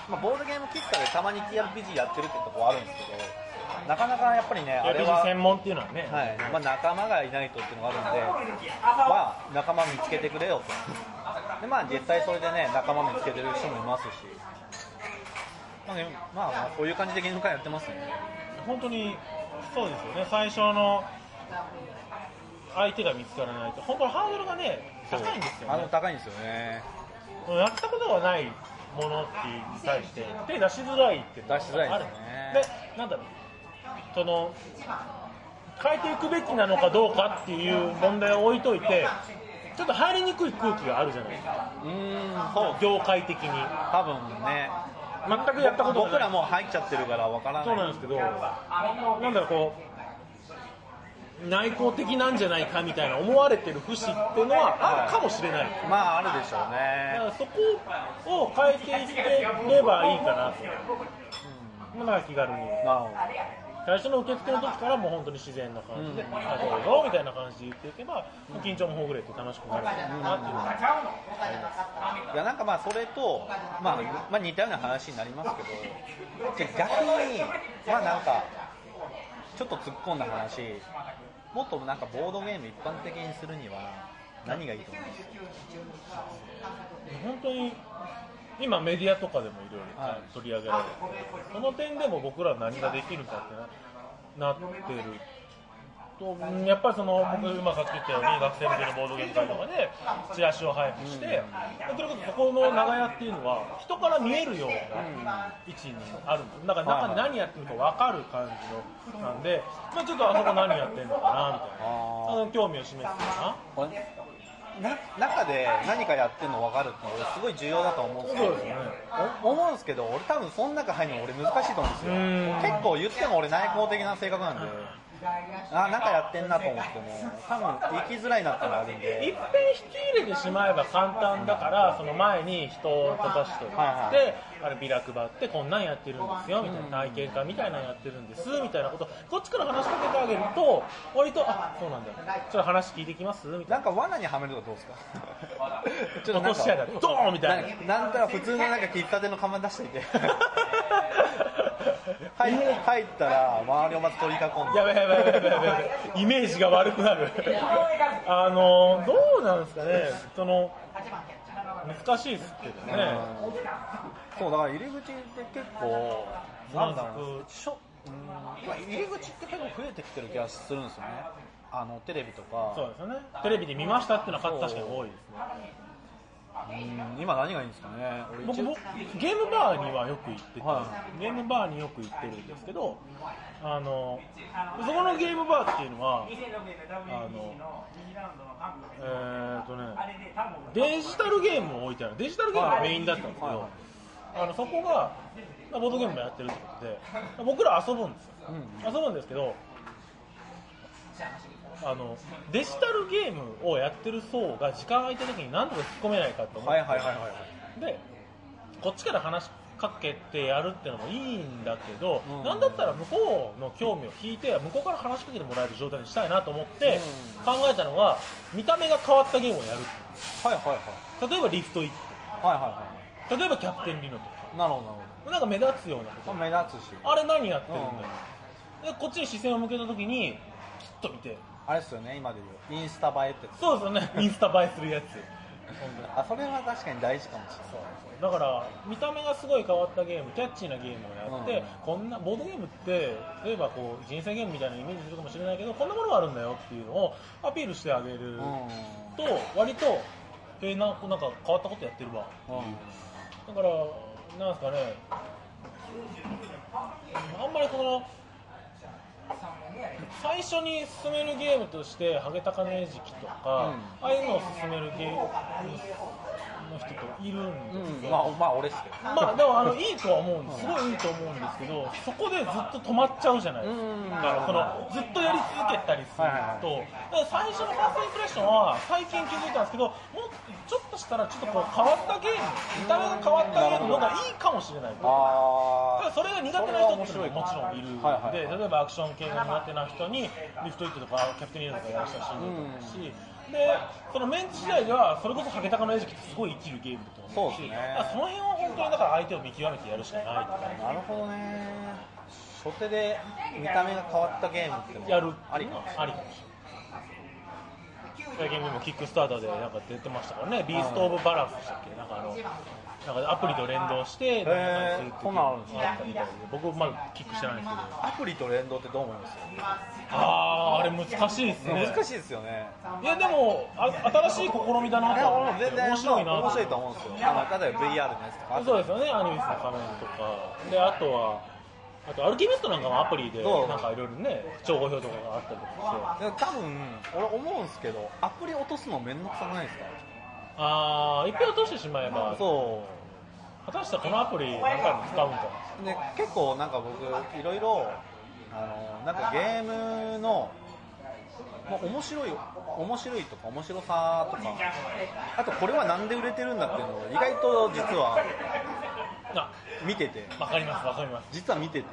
[SPEAKER 2] まあ、ボードゲーム喫茶でたまに TRPG やってるってとこあるんですけどなかなかやっぱりねあれ
[SPEAKER 1] RPG
[SPEAKER 2] は、
[SPEAKER 1] 専門っていうのはね。
[SPEAKER 2] はいまあ、仲間がいないとっていうのがあるんで、まあ、仲間見つけてくれよとで、まあ、実際それでね仲間見つけてる人もいますし、まあねまあ、まあこういう感じでゲーム会やってますね
[SPEAKER 1] 本当にそうですよね最初の相手が見つからないと本当にハードルがね高いんですよ
[SPEAKER 2] あの
[SPEAKER 1] ね
[SPEAKER 2] 高いんですよね
[SPEAKER 1] やったことがないものっていうに対して手出しづらいっていうのが
[SPEAKER 2] 出しづらい
[SPEAKER 1] あ
[SPEAKER 2] で
[SPEAKER 1] る
[SPEAKER 2] すね
[SPEAKER 1] でなんだろうその変えていくべきなのかどうかっていう問題を置いといてちょっと入りにくい空気があるじゃないですか
[SPEAKER 2] うーんそう
[SPEAKER 1] 業界的に全
[SPEAKER 2] 多分ね
[SPEAKER 1] くやったことが
[SPEAKER 2] 僕
[SPEAKER 1] な
[SPEAKER 2] ら
[SPEAKER 1] い
[SPEAKER 2] もう入っちゃってるからわから
[SPEAKER 1] そう
[SPEAKER 2] な
[SPEAKER 1] ないんですけどなんだろうこう内向的なんじゃないかみたいな思われてる節っていうのはあるかもしれない
[SPEAKER 2] まああるでしょう
[SPEAKER 1] だか
[SPEAKER 2] ね
[SPEAKER 1] らそこを変えていければいいかなと、まあ気軽に
[SPEAKER 2] なるほど
[SPEAKER 1] 最初の受付の時からもう本当に自然な感じで、
[SPEAKER 2] うん
[SPEAKER 1] あどうぞみたいな感じで言っていけば、緊張もほぐれて楽しくなるかなっていうのは、
[SPEAKER 2] いやなんかまあそれと、まあ、まあ似たような話になりますけどじゃあ逆にまあなんかちょっと突っ込んだ話もっとなんかボードゲーム一般的にするには何がいいと思います
[SPEAKER 1] 本当に今メディアとかでもいろい
[SPEAKER 2] はい
[SPEAKER 1] ろ取り上げられてその点でも僕ら何ができるかってななってるとうんやっぱりその僕今さっき言ったように学生向けのボードゲーム会とかでチラシを配布して、でそれこそここの長屋っていうのは人から見えるような位置にあるんですだから中で何やってるか分かる感じのなんで、まあ、ちょっとあそこ何やってるのかなみたいな
[SPEAKER 2] あー
[SPEAKER 1] あの興味を示すかな。
[SPEAKER 2] これな中で何かやってるの分かるっての俺すごい重要だと思うんですけ
[SPEAKER 1] そ
[SPEAKER 2] ど
[SPEAKER 1] うですね
[SPEAKER 2] お思うんですけど俺多分その中入るの俺難しいと思うんですよ
[SPEAKER 1] うん
[SPEAKER 2] 結構言っても俺内向的な性格なんであなんかやってんなと思っても多分行きづらいなってのがあるん
[SPEAKER 1] いっ
[SPEAKER 2] で
[SPEAKER 1] ぺん引き入れてしまえば簡単だから、その前に人を立たしておいて、
[SPEAKER 2] はいはい
[SPEAKER 1] あれビラ配って、こんなんやってるんですよみたいな、体験会みたいなのやってるんですみたいなこと、こっちから話しかけてあげると、割と、あそうなんだ、ちょっと話聞いてきますみたい
[SPEAKER 2] なんか罠にはめるのはどう ですかち
[SPEAKER 1] な、落とし穴で、ドーンみたいな。
[SPEAKER 2] ななんたら普通のなんか喫茶店の看板出していて 入入ったら周りをまず取り囲んで
[SPEAKER 1] やべやべやべやべやべやべイメージが悪くなるあのどうなんですかねその難しいですけどね
[SPEAKER 2] そうだから入り口って結構なんだろう
[SPEAKER 1] う
[SPEAKER 2] なしょうんまあ入り口って結構増えてきてる気がするんですよねあのテレビと
[SPEAKER 1] そう
[SPEAKER 2] か
[SPEAKER 1] ですよねテレビで見ましたっていうのは確かに多いですね
[SPEAKER 2] うん今何がいいんですかね俺
[SPEAKER 1] 僕
[SPEAKER 2] 一応
[SPEAKER 1] もゲームバーにはよく行ってて、
[SPEAKER 2] は
[SPEAKER 1] ゲームバーによく行ってるんですけどあのそこのゲームバーっていうのはあのえーっとねデジタルゲームを置いてあるデジタルゲームがメインだったんですけど、
[SPEAKER 2] はいはい
[SPEAKER 1] あのそこがまあボードゲームもやってるってことで僕ら遊ぶんですよ
[SPEAKER 2] うん
[SPEAKER 1] 遊ぶんですけどあのデジタルゲームをやってる層が時間空いた時に何とか突っ込めないかと思って、
[SPEAKER 2] はいはいはいはいはい
[SPEAKER 1] でこっちから話しかけてやるってのもいいんだけど、
[SPEAKER 2] うん
[SPEAKER 1] なんだったら向こうの興味を引いて向こうから話しかけてもらえる状態にしたいなと思って
[SPEAKER 2] うん
[SPEAKER 1] 考えたのが見た目が変わったゲームをやる
[SPEAKER 2] はいはいはい
[SPEAKER 1] 例えばリフト1
[SPEAKER 2] はいは
[SPEAKER 1] 例えばキャプテンリノと
[SPEAKER 2] いなるほどなる
[SPEAKER 1] かなんか目立つようなこ
[SPEAKER 2] ほど目立つし
[SPEAKER 1] とあれ何やってるんだよ
[SPEAKER 2] うん、
[SPEAKER 1] でこっちに視線を向けた時にきっと見て
[SPEAKER 2] あれですよね今で言うインスタ映えってやつ
[SPEAKER 1] そうですよねインスタ映えするやつ本当に
[SPEAKER 2] あそれは確かに大事かもしれない
[SPEAKER 1] だから見た目がすごい変わったゲームキャッチーなゲームをやって、
[SPEAKER 2] うん
[SPEAKER 1] こんなボードゲームって例えばこう人生ゲームみたいなイメージするかもしれないけどこんなものがあるんだよっていうのをアピールしてあげる
[SPEAKER 2] う
[SPEAKER 1] と、割とえー、ななんか変わったことやってるわ
[SPEAKER 2] ん、うん
[SPEAKER 1] だからなんですかねあんまりこの最初に進めるゲームとして「ハゲタカネジキ」とか、ああいうのを進めるゲームの人といるんですよ、
[SPEAKER 2] うん、まあまあ俺っすけど
[SPEAKER 1] まあでもあのいいとは思うんです、すごいいいと思うんですけど、そこでずっと止まっちゃうじゃないですか、
[SPEAKER 2] うん
[SPEAKER 1] だからそのずっとやり続けたりすると、だから最初のファーストインプレッションは最近気づいたんですけど、もうちょっとしたら、ちょっとこう変わったゲーム、見た目が変わったゲームの方がいいかもしれない。た
[SPEAKER 2] あ
[SPEAKER 1] だそれが苦手な人っていうのももちろんいるんで、
[SPEAKER 2] はいはいはい
[SPEAKER 1] 例えばアクション系が苦手な人にリフトイットとかキャプテンイエローとかやらせたシーンだったし、でそのメンツ次第ではそれこそハゲタカの餌食ってすごい生きるゲームだと思うし
[SPEAKER 2] そうですね
[SPEAKER 1] だからその辺は本当にだから相手を見極めてやるしかないと
[SPEAKER 2] あなるほどね初手で見た目が変わったゲームってのも
[SPEAKER 1] やる
[SPEAKER 2] ありかもしれない
[SPEAKER 1] ありかもしれない最近でもキックスターターでなんか出てましたからね、ビースト・オブ・バランスでしたっけ、なんかあのなんかアプリと連動して、
[SPEAKER 2] へー
[SPEAKER 1] なんか
[SPEAKER 3] こんなんあるんですね
[SPEAKER 1] あったみたいで僕、まだキックしてないんですけど、
[SPEAKER 2] アプリと連動ってどう思います
[SPEAKER 1] あー、あれ難しいですね。
[SPEAKER 2] 難しいですよね。
[SPEAKER 1] いやでもあ新しい試みだなとは思っ
[SPEAKER 2] 俺も
[SPEAKER 1] て
[SPEAKER 2] 全然
[SPEAKER 1] 面白いな
[SPEAKER 2] 面白いと思うんですよ。あの例えば VR のやつとか。
[SPEAKER 1] そうですよねアニメスの仮面とかであとはあとアルキミストなんかもアプリで
[SPEAKER 2] そう
[SPEAKER 1] なんかいろいろね調合表とかがあったりとかして
[SPEAKER 2] でも多分俺思うんですけど、アプリ落とすの面倒くさくないですか？
[SPEAKER 1] ああ一票落としてしまえば
[SPEAKER 2] そ
[SPEAKER 1] 果たしてこのアプリ何回も使うんか
[SPEAKER 2] う。で結構なんか僕いろいろあのなんかゲームのまあ、面白い面白いとか面白さとかあとこれはなんで売れてるんだっていうのを意外と実は
[SPEAKER 1] な
[SPEAKER 2] 見てて
[SPEAKER 1] わかりますわかります
[SPEAKER 2] 実は見てて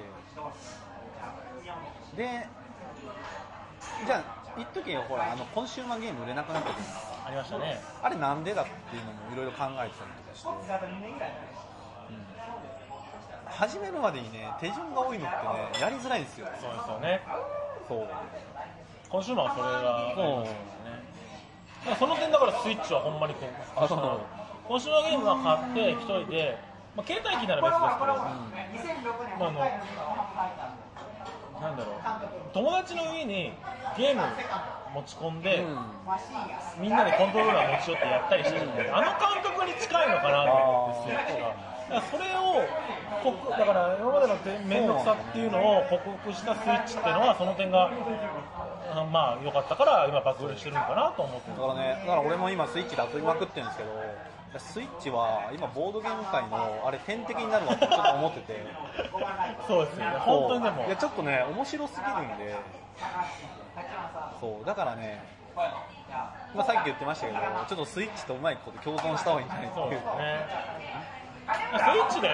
[SPEAKER 2] でじゃあ一時ほらあのコンシューマーゲーム売れなくなったじゃないですか
[SPEAKER 1] ありましたね
[SPEAKER 2] あれなんでだっていうのもいろいろ考えてたりとかして、うん始めるまでにね手順が多いのってねやりづらいんですよ
[SPEAKER 1] そうですよね
[SPEAKER 2] そう
[SPEAKER 1] コンシューマーはそれがありますよねでもその点だからスイッチはほんまにこう
[SPEAKER 2] あそう
[SPEAKER 1] コンシューマーゲームは買って一人で、まあ、携帯機なら別ですけど、まあ、あの、なんだろう、友達の家にゲーム持ち込んで、
[SPEAKER 2] うん
[SPEAKER 1] みんなでコントローラー持ち寄ってやったりしてるんで、あの感覚に近いのかなと思うんですよ。だからそれをこくだから今までの面倒くさっていうのを克服したスイッチっていうのはその点があまあ良かったから今爆売れしてるのかなと思って
[SPEAKER 2] だからねだから俺も今スイッチで遊びまくってるんですけどスイッチは今ボードゲーム界のあれ天敵になるわってちょっと思ってて
[SPEAKER 1] そうですよね 本当にで
[SPEAKER 2] そう
[SPEAKER 1] も
[SPEAKER 2] いやちょっとね面白すぎるんでそうだからねまあ、さっき言ってましたけど、ちょっとスイッチとうまいこと共存した方がいいんじゃないって
[SPEAKER 1] そう
[SPEAKER 2] い
[SPEAKER 1] で
[SPEAKER 2] う
[SPEAKER 1] すね。スイッチで、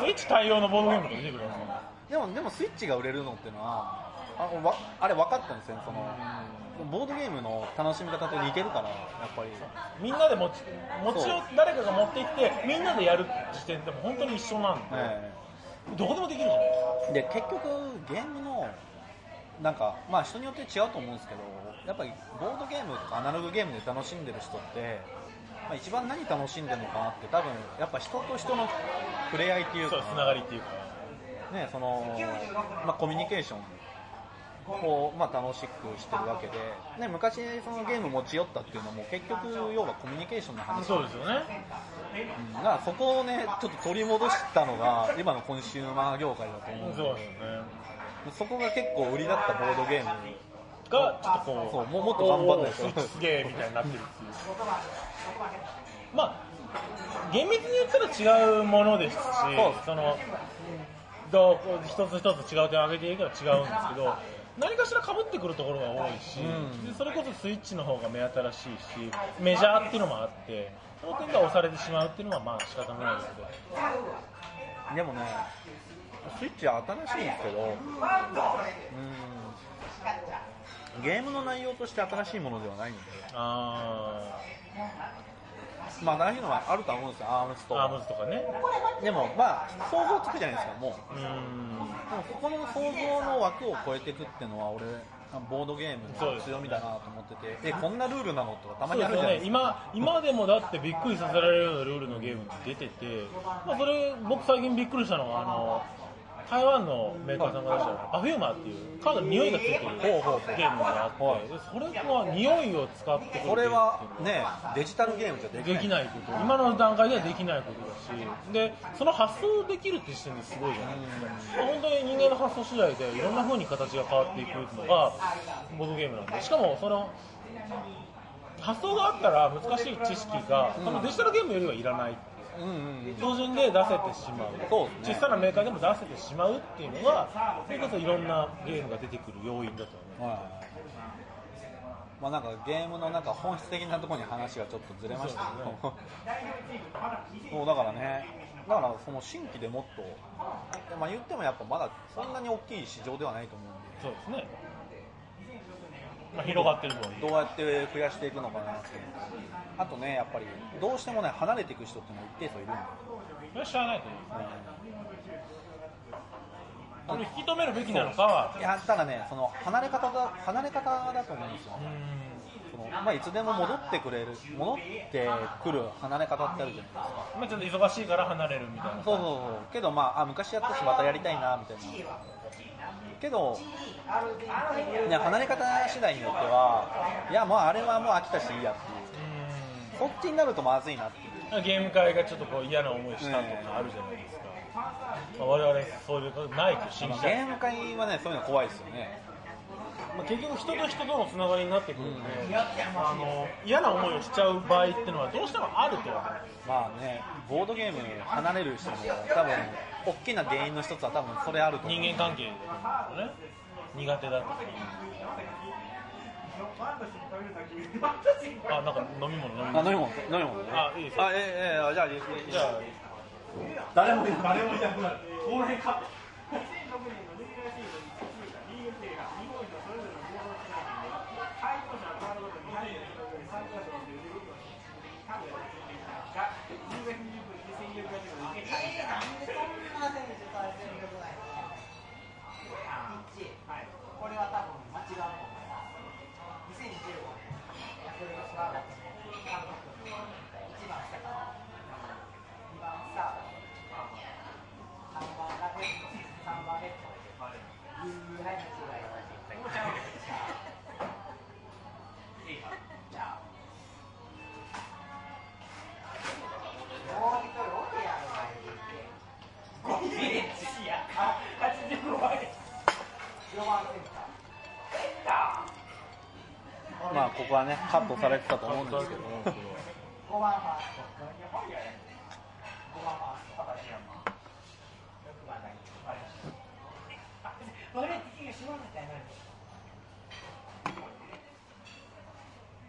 [SPEAKER 1] スイッチ対応のボードゲームとか出てくるんですよね。
[SPEAKER 2] でも、でもスイッチが売れるのっていうのは、あわあれ分かったんですよね、その、ボードゲームの楽しみ方と似てるから、やっぱり。
[SPEAKER 1] みんなで持ち、持ちを
[SPEAKER 2] そ
[SPEAKER 1] 誰かが持って行って、みんなでやる時点でも本当に一緒なんで、
[SPEAKER 2] え
[SPEAKER 1] どこでもできるじゃないですか。
[SPEAKER 2] えで、結局、ゲームの、なんか、まあ人によって違うと思うんですけど、やっぱりボードゲームとかアナログゲームで楽しんでる人って、まあ、一番何楽しんでるのかなって、多分、やっぱ人と人の触れ合いっていう
[SPEAKER 1] そ
[SPEAKER 2] か、
[SPEAKER 1] う、つながりっていうか。
[SPEAKER 2] ね、その、まあ、コミュニケーションを、まあ、楽しくしてるわけで、ね、昔そのゲーム持ち寄ったっていうのも結局要はコミュニケーションの話
[SPEAKER 1] そうですよね。
[SPEAKER 2] うんだからそこをねちょっと取り戻したのが今のコンシューマー業界だと思うんで
[SPEAKER 1] そうですよね。
[SPEAKER 2] そこが結構売りだったボードゲーム
[SPEAKER 1] が、ちょっとこう、
[SPEAKER 2] そうもうもっと頑張んないと
[SPEAKER 1] おーすげえみたいになってるっていう。まあ、厳密に言ったら違うものですし、
[SPEAKER 2] そうです
[SPEAKER 1] その、どうこう一つ一つ違う点を挙げていけば違うんですけど、何かしら被ってくるところが多いし、
[SPEAKER 2] うん
[SPEAKER 1] でそれこそスイッチの方が目新しいし、メジャーっていうのもあって、その点が押されてしまうっていうのはまあ仕方ないですけど、
[SPEAKER 2] でもねスイッチは新しいんですけどうんゲームの内容として新しいものではないんで、
[SPEAKER 1] あ
[SPEAKER 2] まあ、新しいのはあるとは思うんですよ、アームス
[SPEAKER 1] ー
[SPEAKER 2] ト
[SPEAKER 1] アームズとかね、
[SPEAKER 2] でもまあ想像つくじゃないですかもう
[SPEAKER 1] うーん、
[SPEAKER 2] でもここの想像の枠を超えていくっていうのは俺ボードゲームの強みだなと思ってて、えこんなルールなのとかたま
[SPEAKER 1] そうで
[SPEAKER 2] にあ
[SPEAKER 1] す
[SPEAKER 2] る
[SPEAKER 1] よ
[SPEAKER 2] じゃな
[SPEAKER 1] ね
[SPEAKER 2] いですか
[SPEAKER 1] 今、今でもだってびっくりさせられるようなルールのゲームって出てて、まあ、それ、僕、最近びっくりしたのは、あの台湾のメーカーさんが出したパフューマーっていう、カードに匂いがついてるゲーム
[SPEAKER 2] ほうほう
[SPEAKER 1] があ
[SPEAKER 2] は
[SPEAKER 1] って、でそれは匂いを使ってくるっていう
[SPEAKER 2] これはねデジタルゲームじゃできない
[SPEAKER 1] できないこと、今の段階ではできないことだし、でその発想できるって時点ですごいじゃないですか、本当に人間の発想次第でいろんな風に形が変わっていくのが、ボードゲームなんで、しかもその発想があったら難しい知識が、そのデジタルゲームよりはいらない、
[SPEAKER 2] うんうん
[SPEAKER 1] 標準で出せてしまう、
[SPEAKER 2] そうですね
[SPEAKER 1] 小さなメーカーでも出せてしまうっていうのが、それこそいろんなゲームが出てくる要因だと思う。
[SPEAKER 2] はいまあなんかゲームのなんか本質的なところに話がちょっとずれましたけど、そうだからね、だからその新規でもっと、まあ、言ってもやっぱまだそんなに大きい市場ではないと思
[SPEAKER 1] そ
[SPEAKER 2] うんで、
[SPEAKER 1] うですね、まあ、広がってるのはいい
[SPEAKER 2] どうやって増やしていくのかなってあとねやっぱりどうしてもね離れていく人っていうのは一定数いるんだよ、
[SPEAKER 1] それは知らないと思う
[SPEAKER 2] うん
[SPEAKER 1] これ引き止めるべきなのかは、
[SPEAKER 2] いやただねその離れ方だ離れ方だと思うんですよ
[SPEAKER 1] うーん
[SPEAKER 2] そのの、まあ、いつでも戻ってくれる戻ってくる離れ方ってあるじゃないですか
[SPEAKER 1] まあ、ちょっと忙しいから離れるみたいな
[SPEAKER 2] そうそうそうけどまああ昔やったしまたやりたいなみたいなけど、ね、離れ方次第によってはいやまああれはもう飽きたしいいやっていうそっちになるとまずいなっていう
[SPEAKER 1] うんゲーム会がちょっとこう嫌な思いしたとかあるじゃないですか、まあ、我々そういうことないと信
[SPEAKER 2] ま
[SPEAKER 1] じ
[SPEAKER 2] あ
[SPEAKER 1] た
[SPEAKER 2] ゲ
[SPEAKER 1] い、
[SPEAKER 2] ーム会はねそういうの怖いですよね
[SPEAKER 1] まあ、結局人と人とのつながりになってくるんで、あの嫌な思いをしちゃう場合っていうのはどうしてもあるとは
[SPEAKER 2] まあねボードゲーム離れる人も多分大きな原因の一つは多分それあると思う
[SPEAKER 1] 人間関係でね苦手 だとかあなんか飲み物飲み
[SPEAKER 2] あ
[SPEAKER 1] 物
[SPEAKER 2] 飲み物飲み物ね
[SPEAKER 1] あいいですよ
[SPEAKER 2] あええええあじゃあいいです
[SPEAKER 1] じゃあ
[SPEAKER 3] 誰もいな誰もいなくなる高齢化
[SPEAKER 2] まあここはねカットされてたと思うんですけど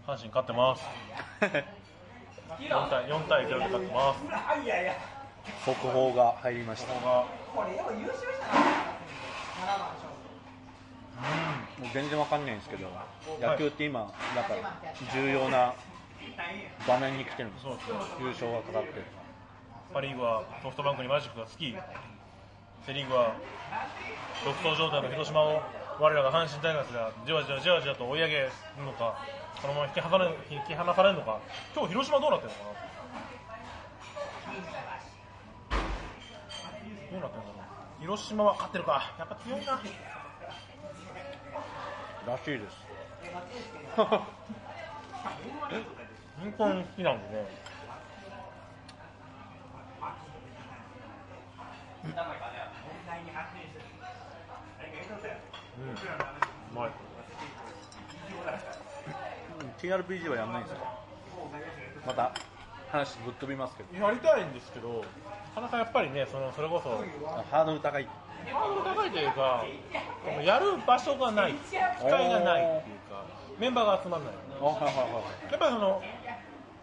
[SPEAKER 1] 阪神勝ってます4対4対0で勝ってます
[SPEAKER 2] 速報が入りました
[SPEAKER 1] こ
[SPEAKER 2] も
[SPEAKER 1] こが
[SPEAKER 2] う全然わかんないんですけど野球って今なんか重要な場面に来てるんです
[SPEAKER 1] そうですね
[SPEAKER 2] 優勝がかかってる
[SPEAKER 1] パ・リーグはソフトバンクにマジックがつきセ・リーグは独走状態の広島を我らが阪神タイガースがじわじわじわじわと追い上げるのかこのまま引き離れ引き離されるのか今日広島どうなってるのかなどうなってるんだろう広島は勝ってるかやっぱ強いな
[SPEAKER 2] らしいです
[SPEAKER 1] 本当に好きなんでねうん、うまい
[SPEAKER 2] TRPG はやんないんですかまた話ぶっ飛びますけど
[SPEAKER 1] やりたいんですけど、なかなかやっぱりね、そのそれこそ、
[SPEAKER 2] ハードル高い
[SPEAKER 1] ハードル高いというか、このやる場所がない、機会がないっていうか、メンバーが集まらない、
[SPEAKER 2] あはいはいはいはい
[SPEAKER 1] やっぱりその、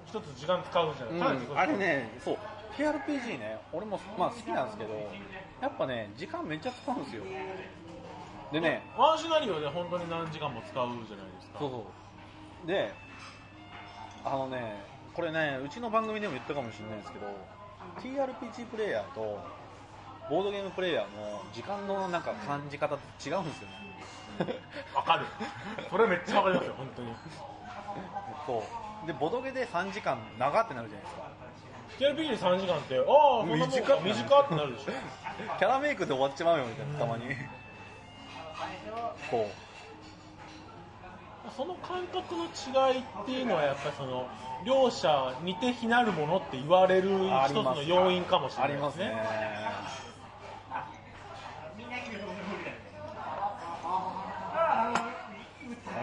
[SPEAKER 1] 一つ時間使うじゃないかなり
[SPEAKER 2] うん、あれ、ね、そう、TRPG ね、俺も、まあ、好きなんですけど、やっぱね、時間めっちゃ使うんですよ。でね、
[SPEAKER 1] ワンシナリオで本当に何時間も使うじゃないですか、
[SPEAKER 2] そうそう。で、あのね、これね、うちの番組でも言ったかもしれないですけど、TRPG プレイヤーと、ボードゲームプレイヤーの時間のなんか感じ方って違うんですよね。
[SPEAKER 1] わかる、それめっちゃわかりますよ、本当に。
[SPEAKER 2] そう。で、ボドゲで3時間長ってなるじゃないですか。
[SPEAKER 1] TRPG で3時間って、ああ、そんなもん
[SPEAKER 2] 短っ
[SPEAKER 1] 短ってなるでしょ。
[SPEAKER 2] キャラメイクで終わっちまうよみたいな、たまに。こう。
[SPEAKER 1] その感覚の違いっていうのはやっぱりその両者似て非なるものって言われる一つの要因かもしれないですね。
[SPEAKER 2] あります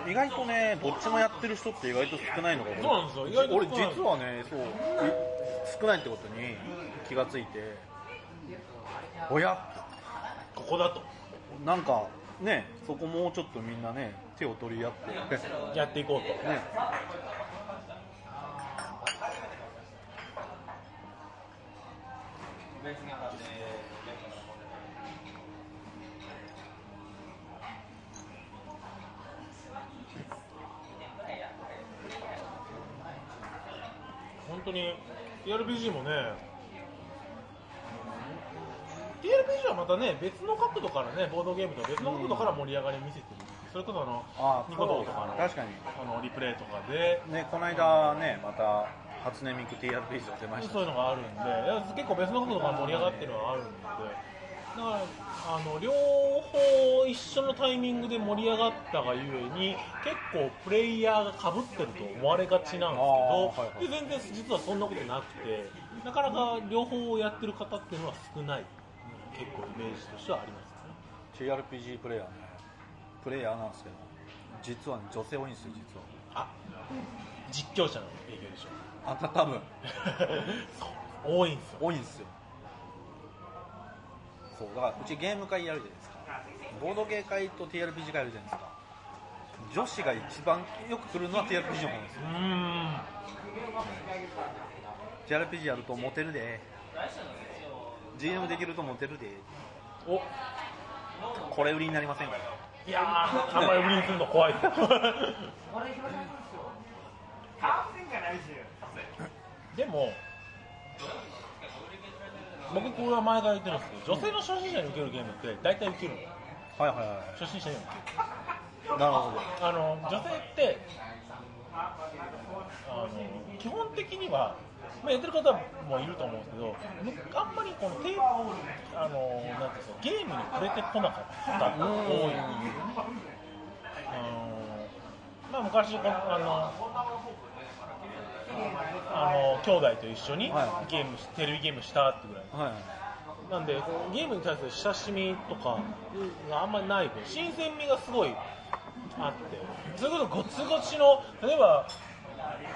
[SPEAKER 2] ね意外とね、どっちもやってる人って意外と少ないのかも
[SPEAKER 1] そうなんですよ意外と
[SPEAKER 2] 俺
[SPEAKER 1] 少ない
[SPEAKER 2] 実はね、そう、い少ないってことに気がついて、おや
[SPEAKER 1] ここだと
[SPEAKER 2] なんかね、そこもうちょっとみんなね、手を取り 合って、
[SPEAKER 1] やっていこうと。
[SPEAKER 2] ね、
[SPEAKER 1] 本当に TRPG もね TRPG はまたね別の角度からねボードゲームとは別の角度から盛り上がりを見せてるんですそれこそあの
[SPEAKER 2] あ
[SPEAKER 1] ニコ動
[SPEAKER 2] そ
[SPEAKER 1] とか
[SPEAKER 2] う
[SPEAKER 1] の
[SPEAKER 2] 確かに
[SPEAKER 1] あのリプレイとかで
[SPEAKER 2] ねこの間ねまた初音ミク TRPG が出ました
[SPEAKER 1] そういうのがあるんでいや結構別のことが盛り上がってるのはあるんでだからあの両方一緒のタイミングで盛り上がったがゆえに結構プレイヤーがかぶってると思われがちなんですけど、
[SPEAKER 2] あーはいは
[SPEAKER 1] で
[SPEAKER 2] い
[SPEAKER 1] 全然実はそんなことなくてなかなか両方をやってる方っていうのは少ない結構イメージとしてはありますね
[SPEAKER 2] TRPG プレイヤーねプレイヤーなんですけど実はね、女性多いんですよ実は
[SPEAKER 1] あ実況者の影響でしょ
[SPEAKER 2] あた多分
[SPEAKER 1] う そう多いんですよ
[SPEAKER 2] 多いんですよそうだからうちゲーム会やるじゃないですかボードゲー会と TRPG 会やるじゃないですか女子が一番よく来るのは TRPG の方なんですよ
[SPEAKER 1] うーん
[SPEAKER 2] TRPG やるとモテるで GM できるとモテるで
[SPEAKER 1] お
[SPEAKER 2] これ売りになりませんか
[SPEAKER 1] いやーあんまり売りにするの怖いですでも僕これは前から言ってるんですけど女性の初心者に受けるゲームって大体受けるの
[SPEAKER 2] はいはいは
[SPEAKER 1] 初心者には受ける
[SPEAKER 2] いなるほど
[SPEAKER 1] あの女性ってあの基本的には、まあ、やってる方もいると思うんですけどむあんまりこのテーマあのなんていうんですかゲームに触れてこなかった方が多いうんまあ、昔このあのあの兄弟と一緒に
[SPEAKER 2] は
[SPEAKER 1] ゲームしテレビゲームしたってぐらい
[SPEAKER 2] はい
[SPEAKER 1] なんでこうゲームに対する親しみとかがあんまりない分新鮮味がすごいあってそれこそゴツゴチの例えば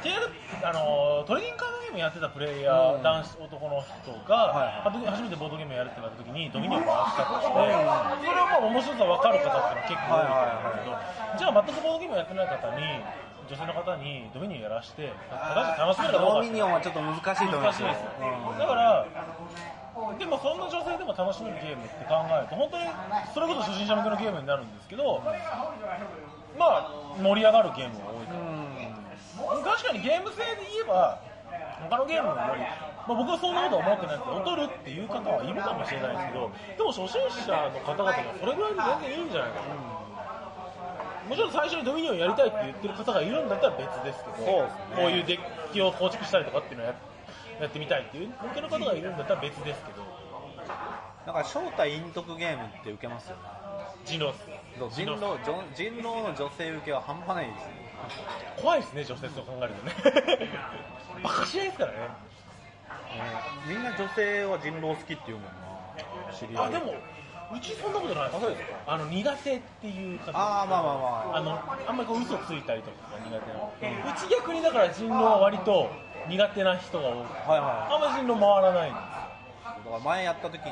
[SPEAKER 1] TL あのトレーニングカードゲームやってたプレイヤー、
[SPEAKER 2] うん
[SPEAKER 1] 男子男の人
[SPEAKER 2] は
[SPEAKER 1] が、は初めてボードゲームやるってなった時にドミニオン回したとして、それはまあ面白さ分かる方っていうのは結構多いと思うんですけど、じゃあ全くボードゲームやってない方に女性の方にドミニオンやらして果たして楽しめるかどうか
[SPEAKER 2] ド
[SPEAKER 1] って
[SPEAKER 2] ミニオンはちょっと難しいと思いま
[SPEAKER 1] 難し
[SPEAKER 2] す
[SPEAKER 1] い
[SPEAKER 2] よ
[SPEAKER 1] ですよ、だからでもそんな女性でも楽しめるゲームって考えると本当にそれこそ初心者向けのゲームになるんですけどまあ盛り上がるゲームが多いか
[SPEAKER 2] うん
[SPEAKER 1] ら確かにゲーム性で言えば他のゲームより、まあ、僕はそんなことは思ってないですけど劣るっていう方はいるかもしれないですけどでも初心者の方々がそれぐらいで全然いいんじゃないかなもちろん最初にドミニオンやりたいって言ってる方がいるんだったら別ですけど
[SPEAKER 2] そうですね
[SPEAKER 1] こういうデッキを構築したりとかっていうのをややってみたいっていう向けの方がいるんだったら別ですけど
[SPEAKER 2] だから正体隠匿ゲームって受けますよね
[SPEAKER 1] 人狼っす
[SPEAKER 2] 人狼ジョン人狼の女性受けは半端ないですね
[SPEAKER 1] 怖いですね女性と考えるとね バカしないですからね
[SPEAKER 2] みんな女性は人狼好きって言うもんな知り合い
[SPEAKER 1] あでもうちそんなことないです
[SPEAKER 2] あそうですか
[SPEAKER 1] あの苦手っていう方
[SPEAKER 2] あーまあまあまあ
[SPEAKER 1] あのあんまりこう嘘ついたりとかが苦手な、うち逆にだから人狼は割と苦手な人が多くて
[SPEAKER 2] はいはい
[SPEAKER 1] あんまり人狼回らないんで
[SPEAKER 2] だから前やった時に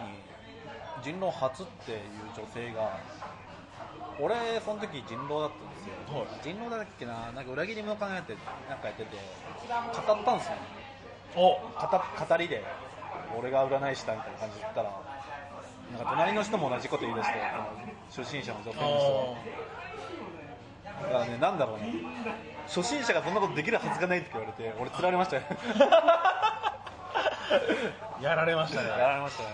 [SPEAKER 2] 人狼初っていう女性が俺その時人狼だったんですよ
[SPEAKER 1] すよ、はい
[SPEAKER 2] 人狼だっけななんか裏切り者かなってなんかやってて語ったんですよ
[SPEAKER 1] お
[SPEAKER 2] 語語りで俺が占い師だみたいな感じで言ったらなんか隣の人も同じこと言い出してこの初心者の女性の人
[SPEAKER 1] あ
[SPEAKER 2] が
[SPEAKER 1] ー
[SPEAKER 2] だからね、なんだろうね、初心者がそんなことできるはずがないって言われて、俺、釣られましたよ、
[SPEAKER 1] やられましたね
[SPEAKER 2] や。られましたね、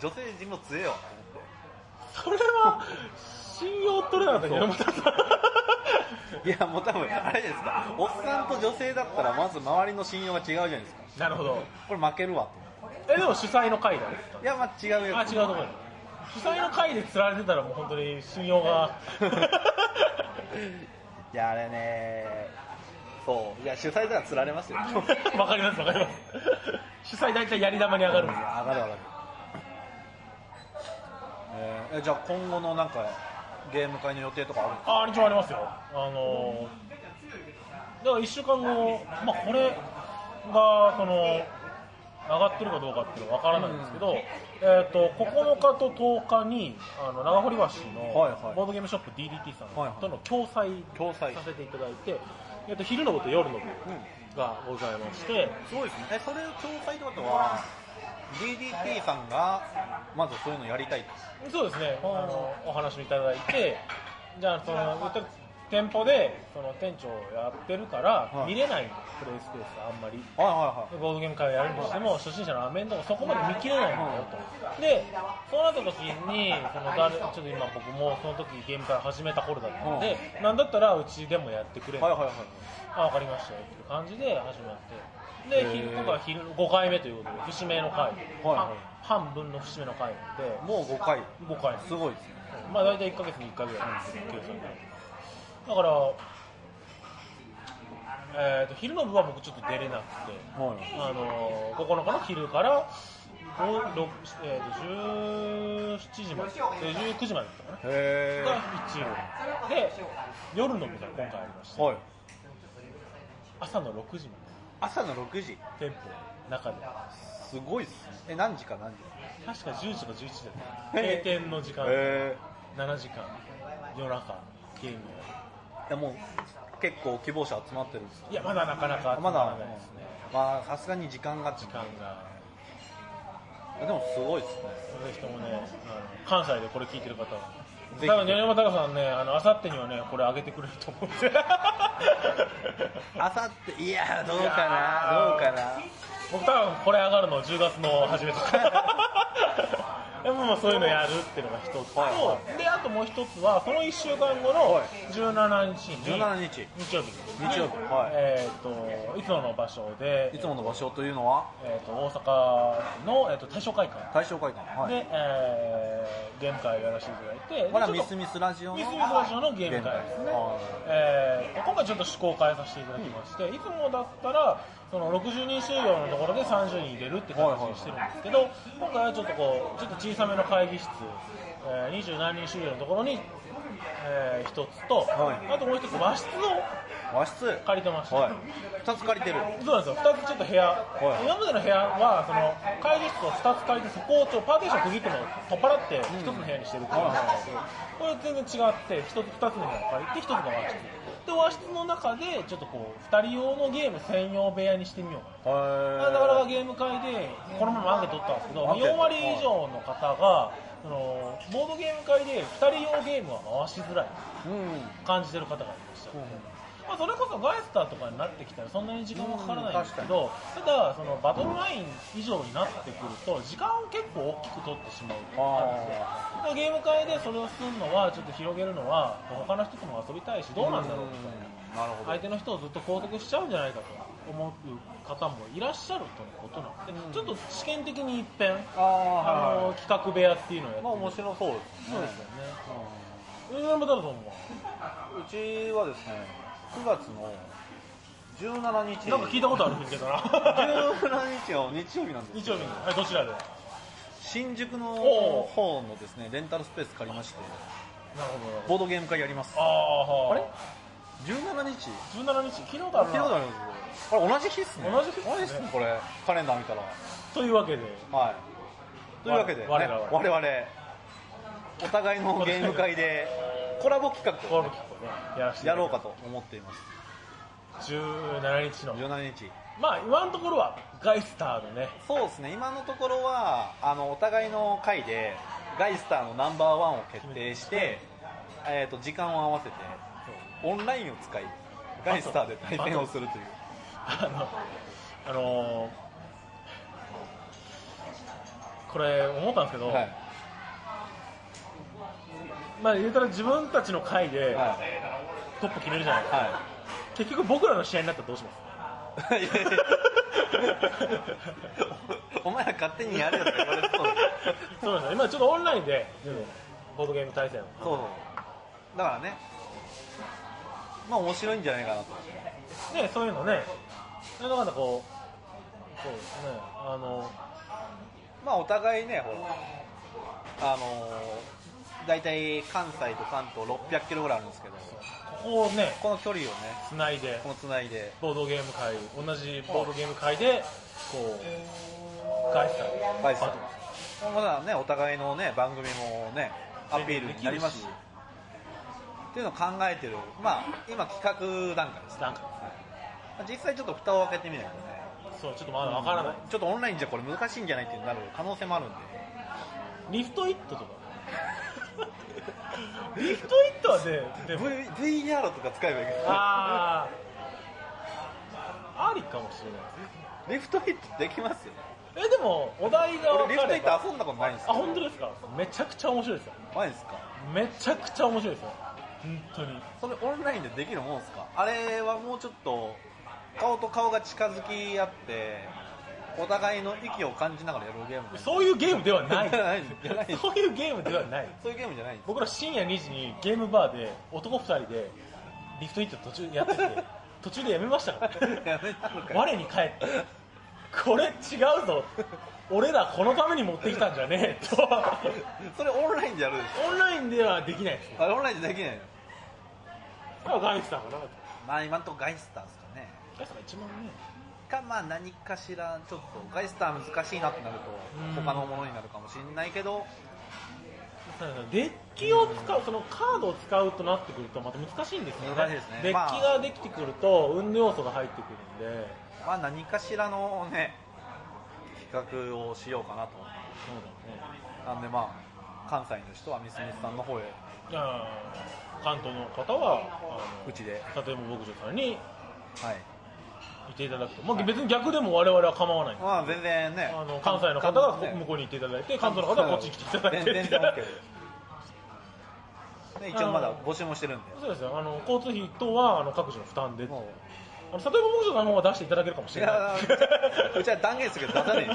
[SPEAKER 2] 女性人狼強えよ
[SPEAKER 1] それは、信用取れなかったけど、 山田さん
[SPEAKER 2] と思って、いや、もう多分あれじゃないですか、おっさんと女性だったら、まず周りの信用が違うじゃないですか、
[SPEAKER 1] なるほど。
[SPEAKER 2] これ負けるわと思
[SPEAKER 1] え、でも主催の会だね。
[SPEAKER 2] って、いや、まあ違う
[SPEAKER 1] あ、
[SPEAKER 2] や
[SPEAKER 1] 違う
[SPEAKER 2] つ、
[SPEAKER 1] ところだ。主催の会で釣られてたらもう本当に信用 が。
[SPEAKER 2] いや、あれね、そう、いや、主催では釣られますよ、い や
[SPEAKER 1] わかりますわかります。主催大体やり玉に上がるんですよ。
[SPEAKER 2] 上がる上がる、えーえじゃあ、今後のなんか、ゲーム会の予定とかある
[SPEAKER 1] あ、一応ありますよ。あのー、だから1週間後、まあこれが、その、上がってるかどうかっていうのはわからないんですけど、えっ、と、9日と10日に、あの、長堀橋の、
[SPEAKER 2] はいはい
[SPEAKER 1] ボードゲームショップ DDT さ
[SPEAKER 2] はいは
[SPEAKER 1] ん
[SPEAKER 2] い
[SPEAKER 1] との共催
[SPEAKER 2] 共催
[SPEAKER 1] させていただいて、えっ、と、昼の部と夜の部
[SPEAKER 2] うん
[SPEAKER 1] がございまして、
[SPEAKER 2] すごいですね。え、それを共催ってことは、DDT さんが、まずそういうのやりたいと。
[SPEAKER 1] そうですね、あのお話をいただいて、じゃあ、その、店舗でその店長やってるから、
[SPEAKER 2] は
[SPEAKER 1] 見
[SPEAKER 2] い
[SPEAKER 1] れないんですプレイスペースあんまり
[SPEAKER 2] はいは
[SPEAKER 1] ボードゲーム会をやるにしても初心者のアメンとかそこまで見切れないんだよとでそうなった時にその誰ちょっと今僕もその時ゲーム会始めた頃だったのでなんだったらうちでもやってくれ
[SPEAKER 2] いはいはいはいは
[SPEAKER 1] あ分かりましたよっていう感じで始まってで
[SPEAKER 2] へ
[SPEAKER 1] 昼
[SPEAKER 2] ー
[SPEAKER 1] 今回昼5回目ということで節目の回、
[SPEAKER 2] は
[SPEAKER 1] 半半分の節目の回なんで
[SPEAKER 2] いもう5回
[SPEAKER 1] 5回
[SPEAKER 2] すごいですね
[SPEAKER 1] まあ大体1ヶ月に1回ぐらいなんですけど計算でだから、えー、と昼の部は僕ちょっと出れなくて、
[SPEAKER 2] はい
[SPEAKER 1] あの9日の昼から、ごろくえー、と17時まで、えー19時までだったかな。
[SPEAKER 2] へ
[SPEAKER 1] が一応で夜の部が今回ありまし
[SPEAKER 2] え
[SPEAKER 1] て
[SPEAKER 2] はい
[SPEAKER 1] 朝の6時ま
[SPEAKER 2] 朝の6時
[SPEAKER 1] で店舗の中です
[SPEAKER 2] ごいっすねえ何時か何時
[SPEAKER 1] 確か10時とか11時だった
[SPEAKER 2] へ
[SPEAKER 1] 閉
[SPEAKER 2] え
[SPEAKER 1] 店の時間
[SPEAKER 2] へ
[SPEAKER 1] 7時間夜中ゲームをやる
[SPEAKER 2] えもう結構希望者集まってるんです
[SPEAKER 1] いや、まだなかなか集ま
[SPEAKER 2] ま
[SPEAKER 1] ら
[SPEAKER 2] だ
[SPEAKER 1] ないですね、
[SPEAKER 2] まあさすがに時間が時
[SPEAKER 1] 時間が。
[SPEAKER 2] でもすごいですね
[SPEAKER 1] ぜひともね、あの関西でこれ聞いてる方は。
[SPEAKER 2] ぜひ
[SPEAKER 1] 多分、米山隆さんね、あの、あさってにはね、これ上げてくれると思 うんで。
[SPEAKER 2] あさっていやどうか
[SPEAKER 1] いや
[SPEAKER 2] などうかな
[SPEAKER 1] 僕多分、これ上がるの10月の初めと か。でももうそういうのやるっていうのが一つと、
[SPEAKER 2] はいは
[SPEAKER 1] で、あともう一つは、その1週間後の
[SPEAKER 2] はい
[SPEAKER 1] 17日に、
[SPEAKER 2] 17日
[SPEAKER 1] 日曜日ですね
[SPEAKER 2] 日曜日はい
[SPEAKER 1] えっ、と、いつもの場所で、
[SPEAKER 2] いつもの場所というのは
[SPEAKER 1] えー、と大阪の、えー、と大正会館
[SPEAKER 2] 大正会館はい
[SPEAKER 1] で、えー、ゲーム会をやらせていただいて、
[SPEAKER 2] これは
[SPEAKER 1] でちょ
[SPEAKER 2] ミ
[SPEAKER 1] っ
[SPEAKER 2] ス
[SPEAKER 1] と
[SPEAKER 2] ミスラジオの
[SPEAKER 1] ミスミスラジオのゲーム会ですね
[SPEAKER 2] は、
[SPEAKER 1] えー今回ちょっと趣向を変えさせていただきまして、いつもだったらその60人収容のところで30人入れるって形にしてるんですけど、今回はちょっとこうちょっと小さめの会議室、えー、20何人収容のところに、えー、1つと、
[SPEAKER 2] はい
[SPEAKER 1] あともう1つ和室を
[SPEAKER 2] 和室は
[SPEAKER 1] 借りてまして、
[SPEAKER 2] い2つ借りてる
[SPEAKER 1] そうなんですよ、2つちょっと部屋、
[SPEAKER 2] い
[SPEAKER 1] 今までの部屋はその会議室を2つ借りて、そこをちょっとパーティション区切っても取っ払って、1つの部屋にしてるっていうのなんですけど、これ全然違って、1つ、2つの部屋を借りて、1つが和室。で、和室の中で、ちょっとこう、2人用のゲーム専用部屋にしてみようかな。なかなか
[SPEAKER 2] は
[SPEAKER 1] ゲーム会でこのままアンケート取ったんですけど
[SPEAKER 2] アンケート
[SPEAKER 1] 4割以上の方がそのボードゲーム会で2人用ゲームは回しづらい
[SPEAKER 2] いうん
[SPEAKER 1] 感じてる方がいました、まあ、それこそガイスターとかになってきたらそんなに時間はかからないんですけど、ただそのバトルライン以上になってくると時間を結構大きく取ってしまう
[SPEAKER 2] あ
[SPEAKER 1] のでゲーム会でそれをするのはちょっと広げるのは他の人とも遊びたいしどうなんだろうみたいな
[SPEAKER 2] なるほど
[SPEAKER 1] 相手の人をずっと拘束しちゃうんじゃないかと思う方もいらっしゃるとのことなので、ちょっと試験的に一遍
[SPEAKER 2] ああ
[SPEAKER 1] あ
[SPEAKER 2] はい
[SPEAKER 1] の企画部屋っていうのをやって
[SPEAKER 2] まあ
[SPEAKER 1] み
[SPEAKER 2] 面
[SPEAKER 1] る
[SPEAKER 2] 白そうです
[SPEAKER 1] そうですよね米山太郎さんも
[SPEAKER 2] うちはですね9月の17日
[SPEAKER 1] なんか聞いたことあるんですけどな
[SPEAKER 2] 17日は日曜日なんです
[SPEAKER 1] 日曜日に、はい、どちらでなる
[SPEAKER 2] 新宿の
[SPEAKER 1] おう
[SPEAKER 2] 方のですねレンタルスペース借りまして
[SPEAKER 1] ほどなるほど
[SPEAKER 2] ボードゲーム会やります
[SPEAKER 1] ああはあ
[SPEAKER 2] あれ17日
[SPEAKER 1] 17日聞いたことあ
[SPEAKER 2] あ
[SPEAKER 1] る
[SPEAKER 2] 昨日
[SPEAKER 1] な
[SPEAKER 2] だよこれ同じ日っすね
[SPEAKER 1] 同じ日っすね
[SPEAKER 2] っすねこれカレンダー見たら
[SPEAKER 1] というわけで
[SPEAKER 2] はいというわけで、ね、
[SPEAKER 1] 我々
[SPEAKER 2] 我々お互いのゲーム会でコラボ企画
[SPEAKER 1] コー
[SPEAKER 2] を
[SPEAKER 1] ル
[SPEAKER 2] ね
[SPEAKER 1] キックをねやらせて
[SPEAKER 2] やろうかと思っています
[SPEAKER 1] 17日の
[SPEAKER 2] 17日
[SPEAKER 1] まあ今のところはガイスターのね
[SPEAKER 2] そうですね今のところはあのお互いの回でガイスターのナンバーワンを決定して、えー、と時間を合わせてオンラインを使いガイスターで対戦をするという
[SPEAKER 1] あの、あのーこれ思ったんですけど、
[SPEAKER 2] はい
[SPEAKER 1] まあ言うたら自分たちの回で
[SPEAKER 2] はい
[SPEAKER 1] トップ決めるじゃないですか、
[SPEAKER 2] は
[SPEAKER 1] 結局僕らの試合になったらどうします
[SPEAKER 2] い いやいやおお前ら勝手にやれよって言われそうだけど
[SPEAKER 1] そうなんですよ今ちょっとオンラインで、ボードゲーム対戦を
[SPEAKER 2] そうだからねまあ面白いんじゃないかなと
[SPEAKER 1] ね、そういうのね、なんだかんだこう、そうですね、あの、
[SPEAKER 2] まあお互いねほらあのー、大体関西と関東600キロぐらいあるんですけど
[SPEAKER 1] ここをね、
[SPEAKER 2] この距離をね
[SPEAKER 1] つないで、
[SPEAKER 2] このつないで
[SPEAKER 1] ボードゲーム会、同じボードゲーム会で、こう、返したり、
[SPEAKER 2] 返したり
[SPEAKER 1] バトル
[SPEAKER 2] まだねお互いのね番組もねアピールになりますしっていうのを考えてるまあ今企画段階です
[SPEAKER 1] なんか、
[SPEAKER 2] 実際ちょっと蓋を開けてみないとね
[SPEAKER 1] そう、ちょっとまだわからない。
[SPEAKER 2] ちょっとオンラインじゃこれ 難しいんじゃないってなる可能性もあるんで
[SPEAKER 1] リフトイットとか。リフトイットはね、でも
[SPEAKER 2] V VR とか使えばいいけ
[SPEAKER 1] ああありかもしれな
[SPEAKER 2] どリフトヒットできますよ
[SPEAKER 1] いえでもお題が
[SPEAKER 2] 俺
[SPEAKER 1] 分
[SPEAKER 2] リフ
[SPEAKER 1] か
[SPEAKER 2] ト
[SPEAKER 1] れば
[SPEAKER 2] ヒット遊んだことないんです
[SPEAKER 1] あ
[SPEAKER 2] よ
[SPEAKER 1] 本当ですかめちゃくちゃ面白いですよ
[SPEAKER 2] マジですか
[SPEAKER 1] めちゃくちゃ面白いですよ本当に
[SPEAKER 2] それオンラインでできるもんですかあれはもうちょっと顔と顔が近づき合ってお互いの息を感じながらやるゲームなんです
[SPEAKER 1] そういうゲームではない
[SPEAKER 2] じゃないじゃない
[SPEAKER 1] そういうゲームではない
[SPEAKER 2] そういうゲームじゃないんです
[SPEAKER 1] 僕ら深夜2時にゲームバーで男2人でリフトイット途中やって て途中でやめましたから
[SPEAKER 2] やめたのかよ
[SPEAKER 1] 我に返ってこれ違うぞ俺らこのために持ってきたんじゃねえ と
[SPEAKER 2] それオンラインでやるでし
[SPEAKER 1] オンラインではできないです
[SPEAKER 2] ょあれオンラインでできないの
[SPEAKER 1] まあガイスさんはなかった
[SPEAKER 2] まあ今んとこガイスターですかね
[SPEAKER 1] ガイスさんが一番ね
[SPEAKER 2] かまあ何かしらちょっとガイスター難しいなってなる
[SPEAKER 1] うん
[SPEAKER 2] と他のものになるかもしれないけど
[SPEAKER 1] デッキを使う、そのカードを使うとなってくると、また難しいんですよね。
[SPEAKER 2] 難しいですね
[SPEAKER 1] デッキ
[SPEAKER 2] ま
[SPEAKER 1] ができてくると、運の要素が入ってくるんで、
[SPEAKER 2] まあ何かしらのね企画をしようかなと
[SPEAKER 1] そうだね。
[SPEAKER 2] なんでまあ関西の人はみすみすさんの方へ
[SPEAKER 1] いやー関東の方は、
[SPEAKER 2] うちで
[SPEAKER 1] あの、例えば牧場さんに
[SPEAKER 2] はい
[SPEAKER 1] いていただくと。まあ、別に逆でも我々は構わない。
[SPEAKER 2] まあ全然ね
[SPEAKER 1] あの関西の方が
[SPEAKER 2] 関
[SPEAKER 1] 向こうに行っていただいて、関東の方はこっちに来ていただいて。
[SPEAKER 2] 全然 OK ですね一応まだ募集もしてるんで
[SPEAKER 1] そうですよ。あの、交通費等は、あの、各自の負 担で。あの、
[SPEAKER 2] も
[SPEAKER 1] 例えば牧場さんの方は出していただけるかもし
[SPEAKER 2] う
[SPEAKER 1] れ
[SPEAKER 2] い
[SPEAKER 1] な
[SPEAKER 2] や
[SPEAKER 1] い。
[SPEAKER 2] うちは断言するけど出さ ねえよ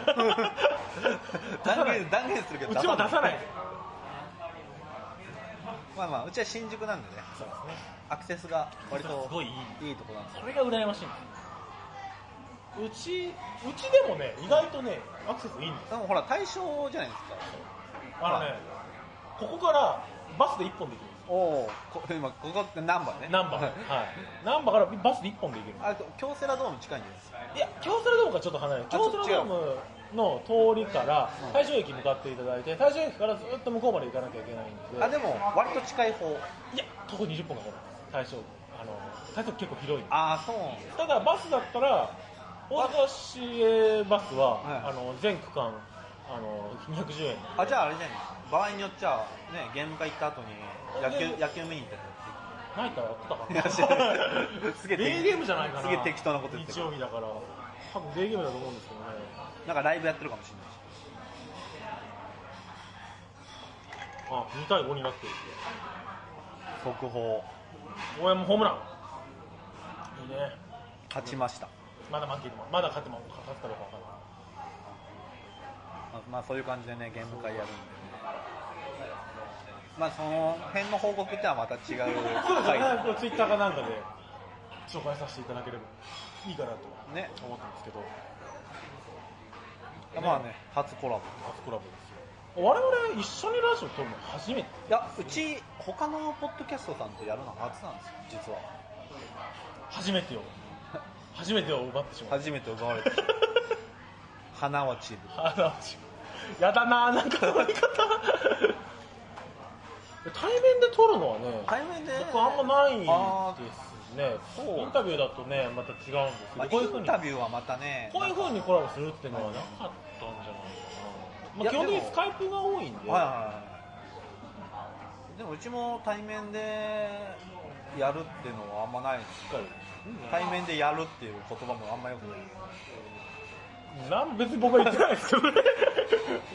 [SPEAKER 2] 断言断言するけど
[SPEAKER 1] うちも出さない。
[SPEAKER 2] まあまあうちは新宿なんでね
[SPEAKER 1] そうですね。
[SPEAKER 2] アクセスが割
[SPEAKER 1] すご
[SPEAKER 2] と
[SPEAKER 1] いいい。
[SPEAKER 2] いいとこなんですよ
[SPEAKER 1] それが羨ましいんですようちうちでもね意外とねアクセスいいんです
[SPEAKER 2] でもほら対象じゃないです
[SPEAKER 1] あのねここからバスで1本できるんです
[SPEAKER 2] かおお今ここってナンバーね
[SPEAKER 1] 難波
[SPEAKER 2] は
[SPEAKER 1] はいい難波からバスで1本で行ける
[SPEAKER 2] あと京セラドーム近いんじゃないですか
[SPEAKER 1] いや京セラドームからちょっと離れる
[SPEAKER 2] あちょ
[SPEAKER 1] 京セラドームの通りから
[SPEAKER 2] うん
[SPEAKER 1] 大正駅向かっていただいて大正駅からずっと向こうまで行かなきゃいけないんで
[SPEAKER 2] あでも割と近い方
[SPEAKER 1] いや徒歩20分かかる大正あの大正駅結構広いんで
[SPEAKER 2] ああそうなんです
[SPEAKER 1] ただバスだったら大阪市営バスは、
[SPEAKER 2] はい
[SPEAKER 1] あの全区間あの210円
[SPEAKER 2] あじゃああれじゃないですか場合によっちゃねゲーム会行った後に野
[SPEAKER 1] う
[SPEAKER 2] 球
[SPEAKER 1] ん
[SPEAKER 2] 野球見に行った
[SPEAKER 1] な
[SPEAKER 2] り
[SPEAKER 1] いからやってたか
[SPEAKER 2] いや知らない
[SPEAKER 1] な
[SPEAKER 2] すげえ適
[SPEAKER 1] デーゲームじゃないかな
[SPEAKER 2] すげえ適当なこと言ってる
[SPEAKER 1] 日曜日だから多分デーゲームだと思うんですけどね
[SPEAKER 2] なんかライブやってるかもしれないし
[SPEAKER 1] あ2対5になってる
[SPEAKER 2] 速報
[SPEAKER 1] 大山ホームランいいね
[SPEAKER 2] 勝ちました
[SPEAKER 1] まだ負けてもまだ勝っても勝つかどうかわからない
[SPEAKER 2] まあまあそういう感じでねゲーム会やるんでねまあその辺の報告ってのはまた違う
[SPEAKER 1] そうです
[SPEAKER 2] 回
[SPEAKER 1] ね、これツイッターかなんかで紹介させていただければいいかなと
[SPEAKER 2] ね
[SPEAKER 1] 思ったんですけど、
[SPEAKER 2] まあね初コラボ
[SPEAKER 1] 初コラボですよ我々一緒にラジオ撮るの初めて
[SPEAKER 2] いやうち他のポッドキャストさんとやるの初なんですよ実は
[SPEAKER 1] 初めてを初めてを奪ってしまう
[SPEAKER 2] 初めて奪わ れて花は散る
[SPEAKER 1] あのやだななんかの言い方対面で撮るのはね
[SPEAKER 2] 対面で
[SPEAKER 1] 僕あんまない
[SPEAKER 2] あ
[SPEAKER 1] ですね
[SPEAKER 2] そう
[SPEAKER 1] インタビューだとねまた違うんですけど、
[SPEAKER 2] まあ
[SPEAKER 1] こういうふう
[SPEAKER 2] イン
[SPEAKER 1] に
[SPEAKER 2] タビューはまたね
[SPEAKER 1] こういうふうにコラボするっていうのはなかったんじゃないかな、まあ、
[SPEAKER 2] いや
[SPEAKER 1] 基本的に
[SPEAKER 2] でも
[SPEAKER 1] スカイプが多いんで、
[SPEAKER 2] はいはいはいでもうちも対面でやるっていうのはあんまないです
[SPEAKER 1] しっかり
[SPEAKER 2] 対面でやるっていう言葉もあんまよくない
[SPEAKER 1] なん別に僕は言ってないですけどね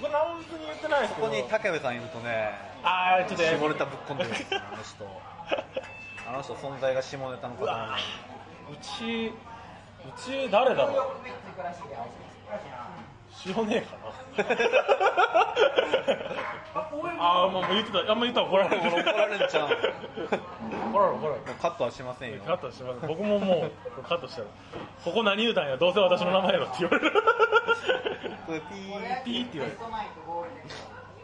[SPEAKER 1] 僕は何も別に言ってないです
[SPEAKER 2] そ
[SPEAKER 1] けど
[SPEAKER 2] こに武部さんいるとね
[SPEAKER 1] ああちょっとやめ
[SPEAKER 2] 下ネタぶっ込んでるんですよあの人あの人存在が下ネタの
[SPEAKER 1] う
[SPEAKER 2] 方
[SPEAKER 1] わう
[SPEAKER 2] な
[SPEAKER 1] ちうち誰だろう知らねえかなああもう言ってたあんま言ったら怒られる
[SPEAKER 2] 怒られるじゃん
[SPEAKER 1] 怒られる怒られる
[SPEAKER 2] のカットはしませんよ
[SPEAKER 1] カットします僕ももうカットしたら「ここ何言うたんやどうせ私の名前やろ」って言われる
[SPEAKER 2] それピー
[SPEAKER 1] ピーって言われる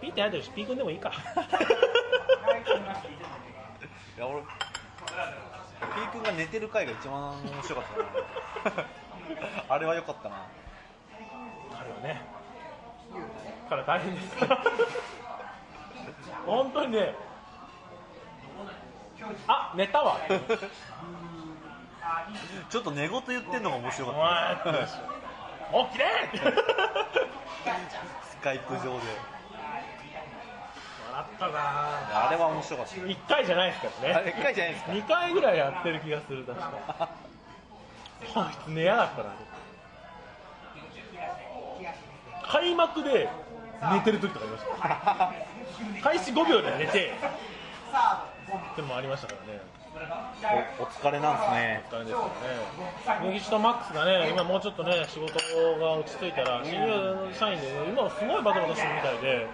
[SPEAKER 1] ピーって入ってるしピー君でもいいか
[SPEAKER 2] いや俺ピー君が寝てる回が一番面白かっ たなあれは良かったな
[SPEAKER 1] あれはねから大変です本当にねあ寝た わ
[SPEAKER 2] ちょっと寝言言ってんのが面白
[SPEAKER 1] お
[SPEAKER 2] か
[SPEAKER 1] 前
[SPEAKER 2] ったね
[SPEAKER 1] おきれいって笑
[SPEAKER 2] スカイプ上で
[SPEAKER 1] っ
[SPEAKER 4] たな
[SPEAKER 2] あれは面白かっ
[SPEAKER 1] 1回じゃないですか
[SPEAKER 2] た。あ
[SPEAKER 1] らね
[SPEAKER 2] れ、一回じゃないですか。
[SPEAKER 1] 2回ぐらいやってる気がする確かこいつ寝やがったな開幕で寝てる時とかありました開始5秒で寝てでもありましたからね
[SPEAKER 2] おお疲れなんですね。
[SPEAKER 1] 大変ですからね右下マックスがね今もうちょっとね仕事が落ち着いたら新入社員で、ね、今はすごいバタバタしてるみたいで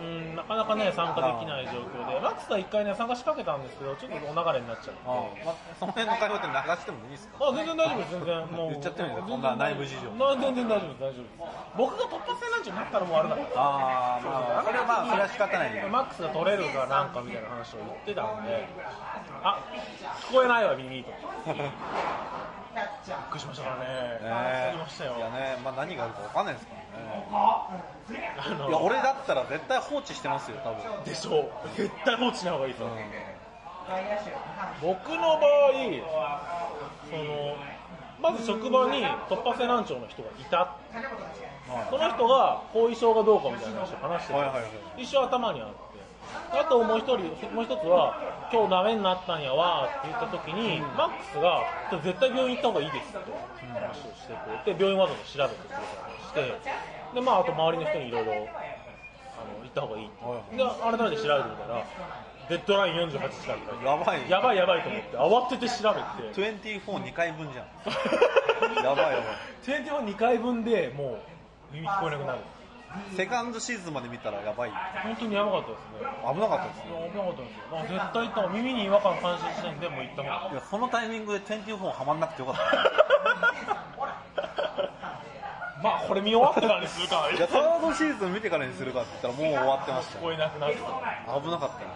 [SPEAKER 1] うんなかなかね参加できない状況でマックスは1回ね参加しかけたんですけどちょっとお流れになっちゃう
[SPEAKER 2] あまその辺の会話って流してもいいですか
[SPEAKER 1] あ全然大丈夫です、全然、もう、
[SPEAKER 2] 言っちゃってもいいですかこんな内部事情
[SPEAKER 1] な全然大丈夫です、大丈夫です、僕が突発性難聴になったらもうあれだか
[SPEAKER 2] ああ、まあ、それはまあ、それは仕方ないんで
[SPEAKER 1] ら、マックスが取れるかなんかみたいな話を言ってたんで、あ聞こえないわ、耳と、びっくりしましたからね、聞き
[SPEAKER 2] ね
[SPEAKER 1] ましたよ
[SPEAKER 2] い、やね、まあ、何があるかわかんないですからね。
[SPEAKER 1] あ
[SPEAKER 2] いや、
[SPEAKER 1] の
[SPEAKER 2] 俺だったら絶対放置してますよ、多分。
[SPEAKER 1] でしょう、絶対放置しない方がいいと思う、僕の場合その、まず職場に突発性難聴の人がいた、
[SPEAKER 2] はい
[SPEAKER 1] その人が後遺症がどうかみたいな話を話してた
[SPEAKER 2] はいはいはい
[SPEAKER 1] 一生頭にあってあともう一人もう一つは今日ダメになったんやわって言った時に、マックスがちょっと絶対病院行った方がいいですって話をしてくれて病院わざわざ調べてくれたりしてでまああと周りの人にいろいろ行った方がいいって、
[SPEAKER 2] はい
[SPEAKER 1] で改めて調べてみたらデッドライン48時間って書いてあって
[SPEAKER 2] やばい。
[SPEAKER 1] やばいやばいと思って慌てて調べて
[SPEAKER 2] 242回分じゃん。や ばいやばい
[SPEAKER 1] 2回分でもう耳聞こえなくなる
[SPEAKER 2] セカンドシーズンまで見たらやばい。
[SPEAKER 1] 本当にやばかったですね
[SPEAKER 2] 危なかったです
[SPEAKER 1] い
[SPEAKER 2] ね。
[SPEAKER 1] や危なかったですよまあ絶対行った方が耳に違和感感心しないんでもう行った方が
[SPEAKER 2] いや、そのタイミングで24はまんなくてよかった。
[SPEAKER 1] まあこれ見終わってからにするか
[SPEAKER 2] いや、サードシーズン見てからにするかって言ったらもう終わってました
[SPEAKER 1] 聞
[SPEAKER 2] よ。
[SPEAKER 1] こえなくなるい
[SPEAKER 2] 危なかったよ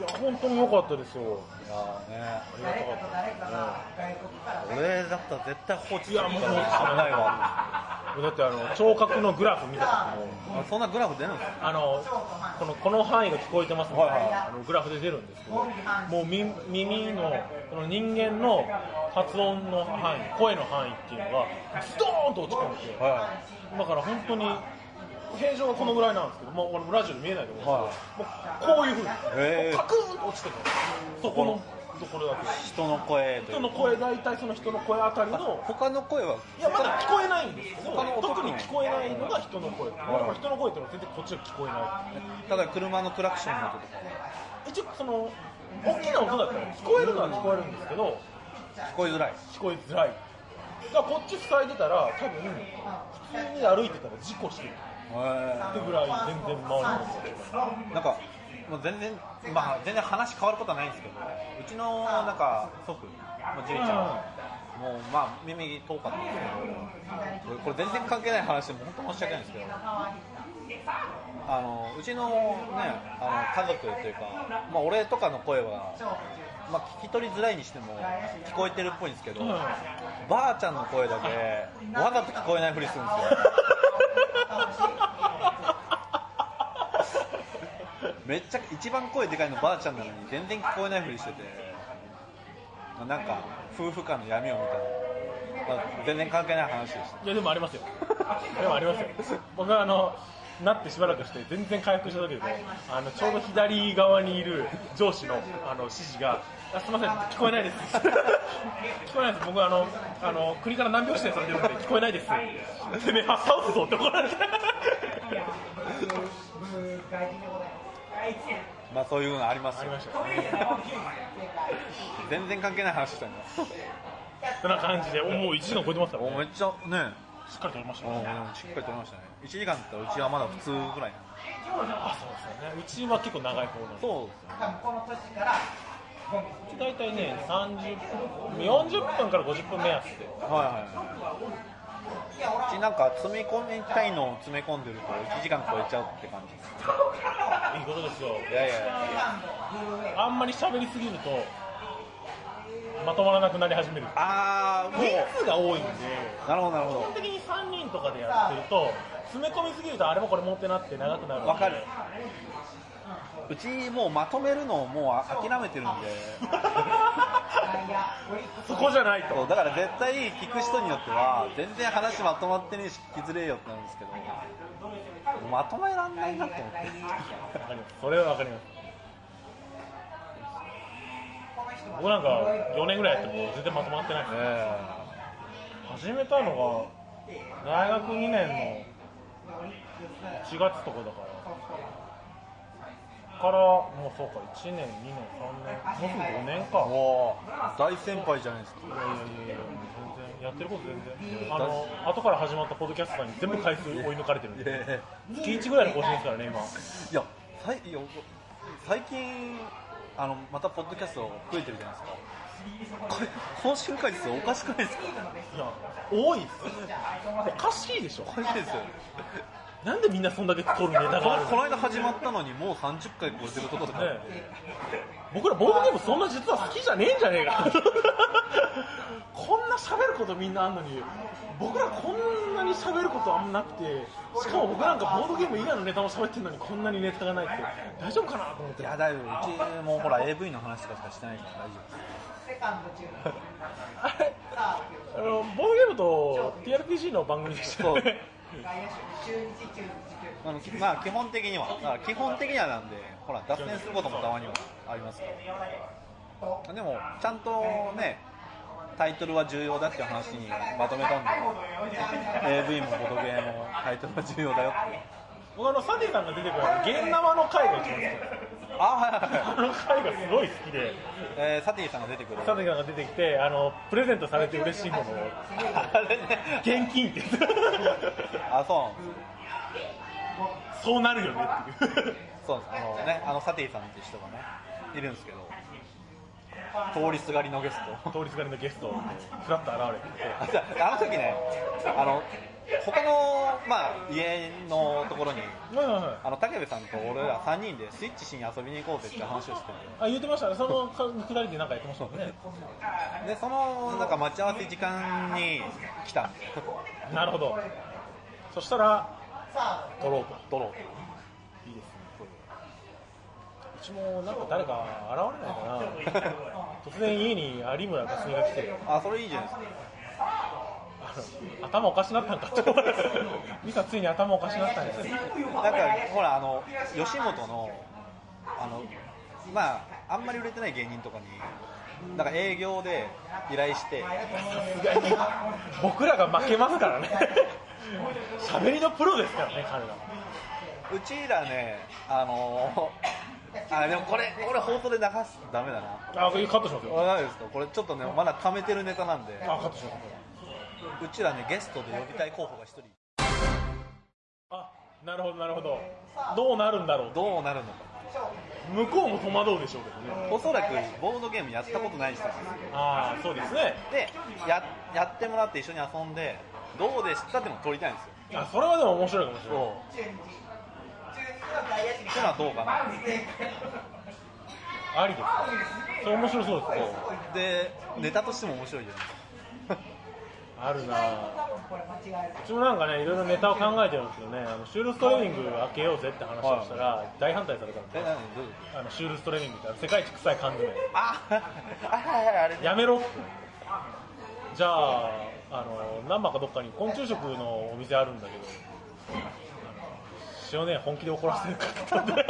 [SPEAKER 1] や本当に良かったですよ
[SPEAKER 2] いや
[SPEAKER 1] ありがたかったで
[SPEAKER 2] ーね、俺だったら絶対放置して
[SPEAKER 1] いやもう
[SPEAKER 2] 危ないわ。
[SPEAKER 1] すだってあの聴覚のグラフ見た時も
[SPEAKER 2] あそんなグラフ出るんですか
[SPEAKER 1] あのこのこの範囲が聞こえてますみたいな、
[SPEAKER 2] はいはい
[SPEAKER 1] あのグラフで出るんですけど、もうみ耳のこの人間の発音の範囲、声の範囲っていうのが、ズドーンと落ち込んで、
[SPEAKER 2] は
[SPEAKER 1] だから本当に、平常はこのぐらいなんですけど、もう俺もラジオで見えないけど、
[SPEAKER 2] は
[SPEAKER 1] もうこういうふうに、
[SPEAKER 2] へー
[SPEAKER 1] カクーンと落ちてくる、そこのところだ
[SPEAKER 2] い。
[SPEAKER 1] け。
[SPEAKER 2] 人の声という
[SPEAKER 1] 人の声、大体その人の声あたりの
[SPEAKER 2] 他の声はい
[SPEAKER 1] やまだ聞こえないんですけど
[SPEAKER 2] 他の音
[SPEAKER 1] 特に聞こえないのが人の声、
[SPEAKER 2] はい
[SPEAKER 1] 人の声っていうのは全然こっちが聞こえない
[SPEAKER 2] ただ車のクラクションの音とか
[SPEAKER 1] 一応その大きな音だったら聞こえるのは聞こえるんですけど
[SPEAKER 2] 聞こえづらい
[SPEAKER 1] 聞こえづらいだからこっち塞いでたら多分普通に歩いてたら事故してるってぐらい全然周りの音が
[SPEAKER 2] なんかもう全然まあ全然話変わることはないんですけどうちのなんか祖父もうじいちゃん、もうまあ耳遠かったんですけどこれ全然関係ない話でも本当申し訳ないんですけどあのうちのねあの家族というかまあ俺とかの声はまあ聞き取りづらいにしても聞こえてるっぽいんですけど、
[SPEAKER 1] うん
[SPEAKER 2] ばあちゃんの声だけわざと聞こえないふりするんですよめっちゃ一番声でかいのばあちゃんなのに全然聞こえないふりしててなんか夫婦間の闇を見たまあ全然関係ない話でし
[SPEAKER 1] いやでもありますよでもありますよ僕はあのなってしばらくして全然回復した時でもあのちょうど左側にいる上司のあの指示が「あすみません聞こえないです」聞こえないです僕はあのあの国から難病指定されてるので聞こえないですてめえ発倒すぞって怒られて
[SPEAKER 2] たまあそういうのあります
[SPEAKER 1] あり
[SPEAKER 2] よ
[SPEAKER 1] ましたよね
[SPEAKER 2] 全然関係ない話したんです
[SPEAKER 1] そんな感じでおもう1時間超えてますから、
[SPEAKER 2] おめ
[SPEAKER 1] ね、
[SPEAKER 2] っちゃね
[SPEAKER 1] しっかりとりました
[SPEAKER 2] お
[SPEAKER 1] ね
[SPEAKER 2] しっかり撮りましたね1時間だったらうちはまだ普通ぐらい
[SPEAKER 1] あそうですよねうちは結構長い方なんで
[SPEAKER 2] そう
[SPEAKER 1] うち大体ね30分40分から50分目安で
[SPEAKER 2] はいはいはいうちなんか詰め込みたいのを詰め込んでると1時間超えちゃうって感じです
[SPEAKER 1] いいことですよ
[SPEAKER 2] いやいや
[SPEAKER 1] あんまり喋りすぎるとまとまらなくなり始める
[SPEAKER 2] ああもう
[SPEAKER 1] 人数が多いんで
[SPEAKER 2] なるほどなるほ
[SPEAKER 1] 基
[SPEAKER 2] ど
[SPEAKER 1] 本的に3人とかでやってると詰め込みすぎるとあれもこれもってなって長くなるんで
[SPEAKER 2] わかるうちもうまとめるのをもう諦めてるんで
[SPEAKER 1] そこじゃないと
[SPEAKER 2] そうだから絶対聞く人によっては全然話まとまってねえし聞きづれえよってなるんですけどまとめらんないなと思って
[SPEAKER 1] わかりますそれはわかります僕なんか4年ぐらいやっても全然まとまってないです
[SPEAKER 2] え
[SPEAKER 1] 始めたのが大学2年の4月とかだからからもうそうか1年2年3年もうすぐ5年か
[SPEAKER 2] えおー大先輩じゃないですか
[SPEAKER 1] いやいやいや全然やってること全然あの後から始まったポッドキャスターに全部回数追い抜かれてるんで
[SPEAKER 2] え
[SPEAKER 1] 月1ぐらいの更新ですからね今
[SPEAKER 2] えいやさいいや最近あのまたポッドキャスト増えてるじゃないですかこれ更新回数おかしくないですか
[SPEAKER 1] いや多いっすおかしいでしょ
[SPEAKER 2] おかしいですよ
[SPEAKER 1] なんでみんなそんだけ取るネタ
[SPEAKER 2] こ
[SPEAKER 1] がある
[SPEAKER 2] この間始まったのにもう30回超えてるところとか、
[SPEAKER 1] ねえ僕らボードゲームそんな実は好きじゃねえんじゃねえかこんな喋ることみんなあんのに僕らこんなに喋ることあんまなくてしかも僕なんかボードゲーム以外のネタも喋ってるのにこんなにネタがないって大丈夫かなと思っ
[SPEAKER 2] い
[SPEAKER 1] て
[SPEAKER 2] やだいぶうちもほら AV の話とかしかしてないから大丈夫
[SPEAKER 1] あれあのボードゲームと TRPG の番組でしたよね
[SPEAKER 2] あのまあ基本的には、だから基本的にはなんで、ほら、脱線することもたまにはありますから、でも、ちゃんとね、タイトルは重要だっていう話にまとめたんで、AV もボトゲーもタイトルは重要だよって、
[SPEAKER 1] 僕あのサディさんが出てくるあのゲン生の回が一番好きです
[SPEAKER 2] あはいはい
[SPEAKER 1] あ
[SPEAKER 2] はい
[SPEAKER 1] の回がすごい好きで
[SPEAKER 2] えーサティさんが出てくる、
[SPEAKER 1] サディさんが出てきてあのプレゼントされて嬉しいものを
[SPEAKER 2] あれね、
[SPEAKER 1] 現金って
[SPEAKER 2] あそう
[SPEAKER 1] そうなるよねっていう
[SPEAKER 2] そうですあのね、あのサティさんっていう人がね、いるんですけど、通りすがりのゲスト。
[SPEAKER 1] 通りすがりのゲストをフラッと現れて
[SPEAKER 2] あじゃああの時ね、あの他の、まあ、家のところに、
[SPEAKER 1] はいはいはい
[SPEAKER 2] あの武部さんと俺ら3人でスイッチしに遊びに行こうぜって話をして
[SPEAKER 1] あ言ってましたねそのくだりでなんかやってましたもんね
[SPEAKER 2] て、でそのなんか待ち合わせ時間に来たんで、
[SPEAKER 1] なるほどそしたら撮ろうと
[SPEAKER 2] ドロー
[SPEAKER 1] いいですねうちもなんか誰か現れないか
[SPEAKER 2] と
[SPEAKER 1] な突然家に有村架純が来て
[SPEAKER 2] あ、それいいじゃないですか。
[SPEAKER 1] あの頭おかしなったんかとミサついに頭おかしなったんです
[SPEAKER 2] なんかほらあの吉本のあのまああんまり売れてない芸人とかになんか営業で依頼して
[SPEAKER 1] さすがに僕らが負けますからね喋りのプロですからね彼ら
[SPEAKER 2] うちらねあのあでもこれこれ放送で流すとダメだな
[SPEAKER 1] あカットしますよ
[SPEAKER 2] わかるんですかこれちょっとねまだ溜めてるネタなんで
[SPEAKER 1] あカットします
[SPEAKER 2] うちらねゲストで呼びたい候補が一人
[SPEAKER 1] あなるほどなるほどどうなるんだろうと
[SPEAKER 2] どうなるのか
[SPEAKER 1] 向こうも戸惑うでしょうけどね
[SPEAKER 2] おそらくボードゲームやったことない人なんですよ
[SPEAKER 1] ああそうですね
[SPEAKER 2] でややってもらって一緒に遊んでどうでしたっても撮りたいんですよ
[SPEAKER 1] あそれはでも面白いかもしれない
[SPEAKER 2] そうってのはどうかな
[SPEAKER 1] ありですねそれ面白そうですね
[SPEAKER 2] でネタとしても面白いじゃない
[SPEAKER 1] あるなあうちもなんかねいろいろネタを考えてるんですけどねあのシュールストレーミング開けようぜって話をしたら大反対されたん
[SPEAKER 2] え
[SPEAKER 1] で
[SPEAKER 2] 何どういうこと
[SPEAKER 1] あのシュールストレーミングってあの世界一臭い缶詰
[SPEAKER 2] ああはいはいあれ
[SPEAKER 1] やめろってじゃああの難波かどっかに昆虫食のお店あるんだけどあの塩ね本気で怒らせるかって言ったんで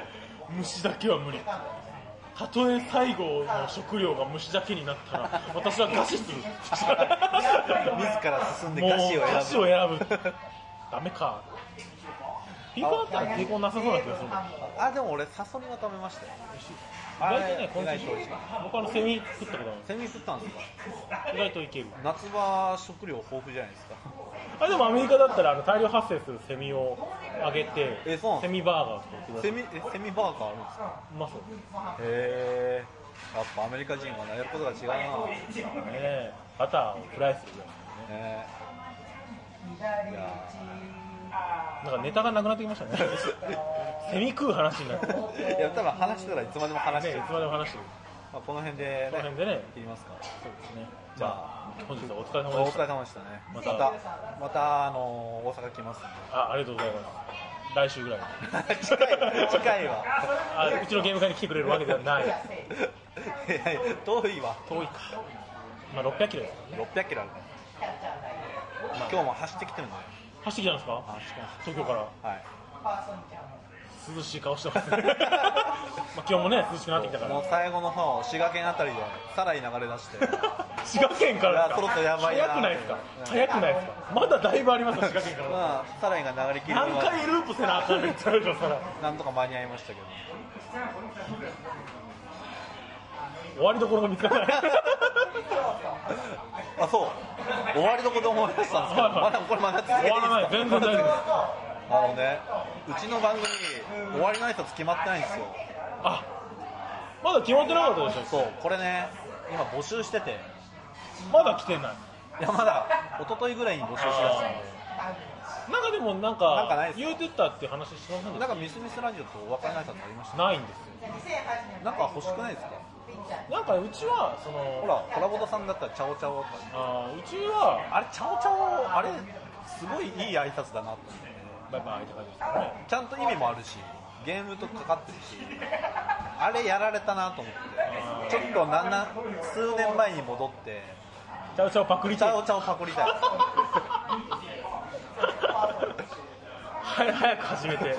[SPEAKER 1] 虫だけは無理たとえ最後の食料が虫だけになったら私は餓死する
[SPEAKER 2] 自ら進んで菓子を選ぶ
[SPEAKER 1] もう菓子を選ぶダメかピーコだったら抵抗なさそうな気がするもん
[SPEAKER 2] あでも俺サソリは食べましたよ
[SPEAKER 1] 意外とね昆
[SPEAKER 2] 意外
[SPEAKER 1] 虫
[SPEAKER 2] と美味しかっ
[SPEAKER 1] 僕あのセミ食ったことあ
[SPEAKER 2] たセミ釣ったんですか
[SPEAKER 1] るんです意外といける
[SPEAKER 2] 夏場食料豊富じゃないですか
[SPEAKER 1] あでもアメリカだったらあの大量発生するセミをあげて
[SPEAKER 2] えそうなん
[SPEAKER 1] セミバーガーとか売ってください
[SPEAKER 2] セミえセミバーガーあるんですか
[SPEAKER 1] うまそう
[SPEAKER 2] へえやっぱアメリカ人はねやることが違うなね
[SPEAKER 1] ですねえバターをフライするぐら
[SPEAKER 2] えいや
[SPEAKER 1] いなんかネタがなくなってきました ねセミ食う話になってね
[SPEAKER 2] ー いや多分話したらいつまでも話して
[SPEAKER 1] い
[SPEAKER 2] る、
[SPEAKER 1] つまでも話してる
[SPEAKER 2] まあ、この辺で
[SPEAKER 1] この
[SPEAKER 2] ね
[SPEAKER 1] 辺でね
[SPEAKER 2] 切りますか
[SPEAKER 1] そうですね
[SPEAKER 2] じゃあ
[SPEAKER 1] 本日はお疲れ様
[SPEAKER 2] お
[SPEAKER 1] でし
[SPEAKER 2] 疲
[SPEAKER 1] た
[SPEAKER 2] れ様でしたね
[SPEAKER 1] ま
[SPEAKER 2] ま
[SPEAKER 1] た
[SPEAKER 2] たまたあの大阪来ますんで
[SPEAKER 1] あありがとうございます来週ぐらいに
[SPEAKER 2] 近い 近いわ
[SPEAKER 1] あうちのゲーム会に来てくれるわけではない
[SPEAKER 2] いやいや遠いわ
[SPEAKER 1] 遠いかまあ600キロです
[SPEAKER 2] 600キロあるから今日も走ってきてるのよ
[SPEAKER 1] 走ってきたんですか
[SPEAKER 2] あしか
[SPEAKER 1] 東京から
[SPEAKER 2] もはい
[SPEAKER 1] 涼しい顔してます まあ気温もね涼しくなってきたか
[SPEAKER 2] も
[SPEAKER 1] ら
[SPEAKER 2] う最後の方滋賀県あたりでさらに流れ出して
[SPEAKER 1] 滋賀県からですか
[SPEAKER 2] いやそろそろやばいな
[SPEAKER 1] 早くないですか早くないですかまだだいぶありますよ滋賀県から
[SPEAKER 2] まあさらにが流れ切り
[SPEAKER 1] 何
[SPEAKER 2] は
[SPEAKER 1] 回ループせなあかんねんってなるからさ
[SPEAKER 2] なんとか間に合いましたけど
[SPEAKER 1] 終わりどころが見つからない
[SPEAKER 2] あそう終わりのこと思い出したんですけどまだこれまだ続けていい
[SPEAKER 1] 終わらない
[SPEAKER 2] です
[SPEAKER 1] 全然
[SPEAKER 2] か
[SPEAKER 1] 大丈夫です
[SPEAKER 2] あのねうちの番組終わりの挨拶決まってないんですよ
[SPEAKER 1] あまだ決まってなかったでしょ
[SPEAKER 2] そうこれね今募集してて
[SPEAKER 1] まだ来てない
[SPEAKER 2] いやまだ一昨日ぐらいに募集しだしたんで
[SPEAKER 1] なんかでもなん
[SPEAKER 2] なんかない
[SPEAKER 1] か
[SPEAKER 2] です
[SPEAKER 1] 言うてたって話しませんで
[SPEAKER 2] な
[SPEAKER 1] し
[SPEAKER 2] んかミスミスラジオとお別れの挨拶ありましたた
[SPEAKER 1] ないんですよ
[SPEAKER 2] なんか欲しくないですか
[SPEAKER 1] なんかうちはそ
[SPEAKER 2] ほ
[SPEAKER 1] の
[SPEAKER 2] らコラボドさんだったらチャオチャオとか
[SPEAKER 1] あーうちは
[SPEAKER 2] あれチャオチャオあれすごいいい挨拶だなと思って
[SPEAKER 1] バイバイって感じですかね
[SPEAKER 2] ちゃんと意味もあるしゲームとかかってるしあれやられたなと思ってちょっとなんなん数年前に戻って
[SPEAKER 1] チャウチャウパクリ
[SPEAKER 2] チ
[SPEAKER 1] チャ
[SPEAKER 2] ャオチャオパクりたい
[SPEAKER 1] はい 早く始めて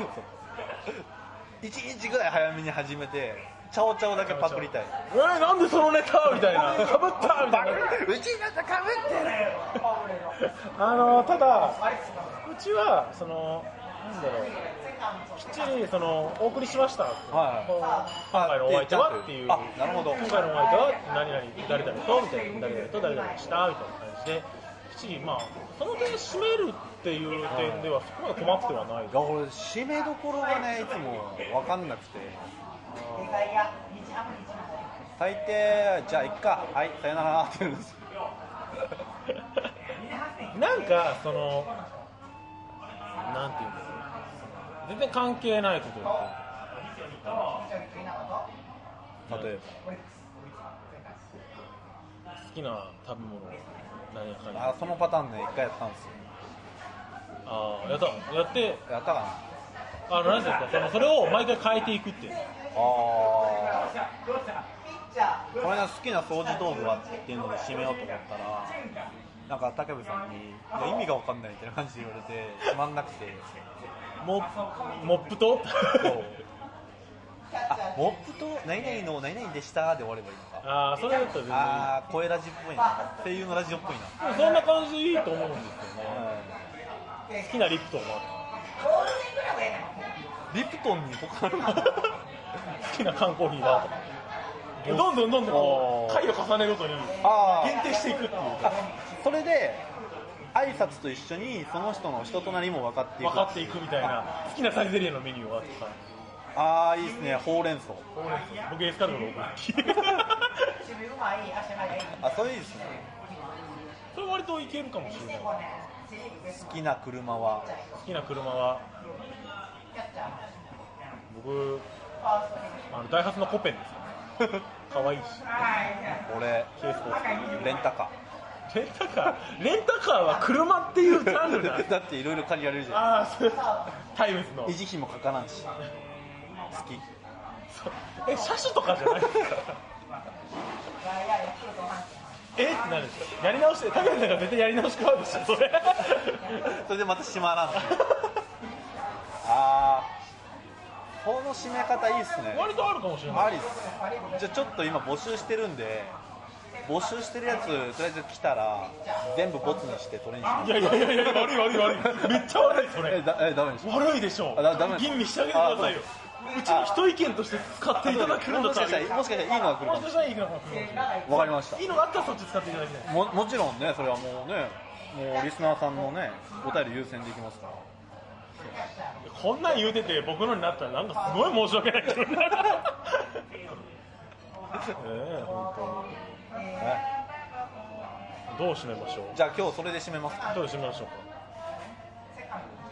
[SPEAKER 2] 1日ぐらい早めに始めてチャオチャオだけパクりたい
[SPEAKER 1] えー、なんでそのネタみたいなかぶったみたいな
[SPEAKER 2] うちなんかかぶってる
[SPEAKER 1] あのただうちはそのなんだろうきっちりそのお送りしました、
[SPEAKER 2] はい
[SPEAKER 1] こう今回のお相手はっていう
[SPEAKER 2] あなるほど
[SPEAKER 1] 今回のお相手は何々誰々とみたいな誰々と誰々でしたみたいな感じできっちりまあその点締めるっていう点ではそこまで困ってはない
[SPEAKER 2] いや俺締めどころがねいつも分かんなくて大抵じゃあいっかはいさよならって言うんですよ
[SPEAKER 1] なんかそのなんていうんですか全然関係ないことっ
[SPEAKER 2] 例え
[SPEAKER 1] て好きな食べ物は何やかん
[SPEAKER 2] ば
[SPEAKER 1] や
[SPEAKER 2] あそのパターンね一回やったんですよ
[SPEAKER 1] あーやったやって
[SPEAKER 2] やったかな
[SPEAKER 1] あの何ですかそのそれを毎回変えていくっていう
[SPEAKER 2] ああこれが好きな掃除道具はっていうので締めようと思ったらなんか武部さんにいや意味が分かんないみたいな感じで言われてつまんなくて
[SPEAKER 1] モモップと
[SPEAKER 2] そうあモップと「何々の何々でした」で終わればいいのか
[SPEAKER 1] ああそれだったら全然いい
[SPEAKER 2] ああ声ラジっぽいな声優のラジオっぽいな
[SPEAKER 1] でもそんな感じでいいと思うんですよね
[SPEAKER 2] う
[SPEAKER 1] 好きなリプトンは
[SPEAKER 2] んリプトンに他ある
[SPEAKER 1] 好きな缶コーヒーはどんどんどんどんこう回を重ねるごとに
[SPEAKER 2] あ
[SPEAKER 1] 限定していくっていうか
[SPEAKER 2] それで挨拶と一緒にその人の人となりも分かっていく
[SPEAKER 1] 分かっていくみたいな好きなサイゼリアのメニューはとか
[SPEAKER 2] ああいいですねほうれん草
[SPEAKER 1] 僕エスカルゴの奥に
[SPEAKER 2] あそれいいですね
[SPEAKER 1] それ割といけるかもしれない
[SPEAKER 2] 好きな車は
[SPEAKER 1] 好きな車は僕あのダイハツのコペンですよね 可愛いし
[SPEAKER 2] 俺
[SPEAKER 1] ケースポー
[SPEAKER 2] レンタカ
[SPEAKER 1] ツレンタカーレンタカーは車っていうジャンルなんで
[SPEAKER 2] ー
[SPEAKER 1] す
[SPEAKER 2] だっていろいろ借りられるじゃ
[SPEAKER 1] ああそうタイムズの
[SPEAKER 2] ん維持費もかからんし好き
[SPEAKER 1] え車種とかじゃないですかえってなるんですよやり直してタイムズなんか絶対やり直し買うでしょそれ
[SPEAKER 2] それでまた閉 まらんあーこの締め方いいっすね
[SPEAKER 1] 割とあるかもしれない
[SPEAKER 2] ありっすじゃあちょっと今募集してるんで募集してるやつとりあえず来たら全部ボツにしてトレにしま
[SPEAKER 1] い
[SPEAKER 2] す
[SPEAKER 1] やいやいやいや悪い悪い悪いめっちゃ悪いそ
[SPEAKER 2] え
[SPEAKER 1] れ
[SPEAKER 2] だえダメでしょ
[SPEAKER 1] 悪いでしょ
[SPEAKER 2] あだダメ
[SPEAKER 1] 吟味してあげてくださいようちの一意見として使っていただくんだ
[SPEAKER 2] も
[SPEAKER 1] っ
[SPEAKER 2] したかした
[SPEAKER 1] ら
[SPEAKER 2] らもしかしたらいいのが来
[SPEAKER 1] も
[SPEAKER 2] るか
[SPEAKER 1] し
[SPEAKER 2] も
[SPEAKER 1] か
[SPEAKER 2] し
[SPEAKER 1] したら
[SPEAKER 2] れ
[SPEAKER 1] いいのが来るかもし
[SPEAKER 2] ないわかりました
[SPEAKER 1] れないいいのがあったらそっち使っていただきたい
[SPEAKER 2] ももちろんねそれはもうねもうリスナーさんのねお便り優先できますから
[SPEAKER 1] こんなん言うてて僕のになったらなんかすごい申し訳ないけどねええ本
[SPEAKER 2] ね
[SPEAKER 1] 当にどう締めましょう
[SPEAKER 2] じゃあ今日それで締めますか
[SPEAKER 1] どう締めましょうか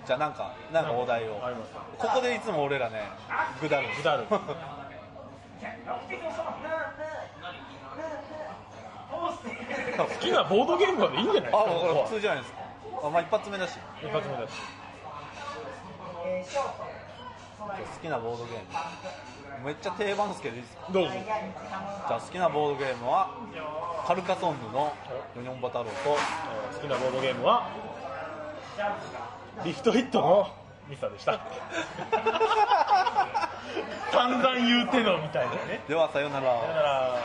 [SPEAKER 2] じゃあなんかなんかお題を
[SPEAKER 1] ありますか
[SPEAKER 2] ここでいつも俺らねぐだる
[SPEAKER 1] ぐ だる好きなボードゲームまでいいんじゃないです
[SPEAKER 2] あ
[SPEAKER 1] か
[SPEAKER 2] もうこれ普通
[SPEAKER 1] こ
[SPEAKER 2] じゃないですかあまあ一発目だし
[SPEAKER 1] こは一発目だし
[SPEAKER 2] 好きなボードゲームめっちゃ定番ですけどいいですか
[SPEAKER 1] どうぞ
[SPEAKER 2] じゃあ好きなボードゲームはカルカソンヌのヨニョンバ太郎と
[SPEAKER 1] えー好きなボードゲームはリフトヒットのミサでした。散々言うてのみたいなね。
[SPEAKER 2] ではさようなら
[SPEAKER 1] だから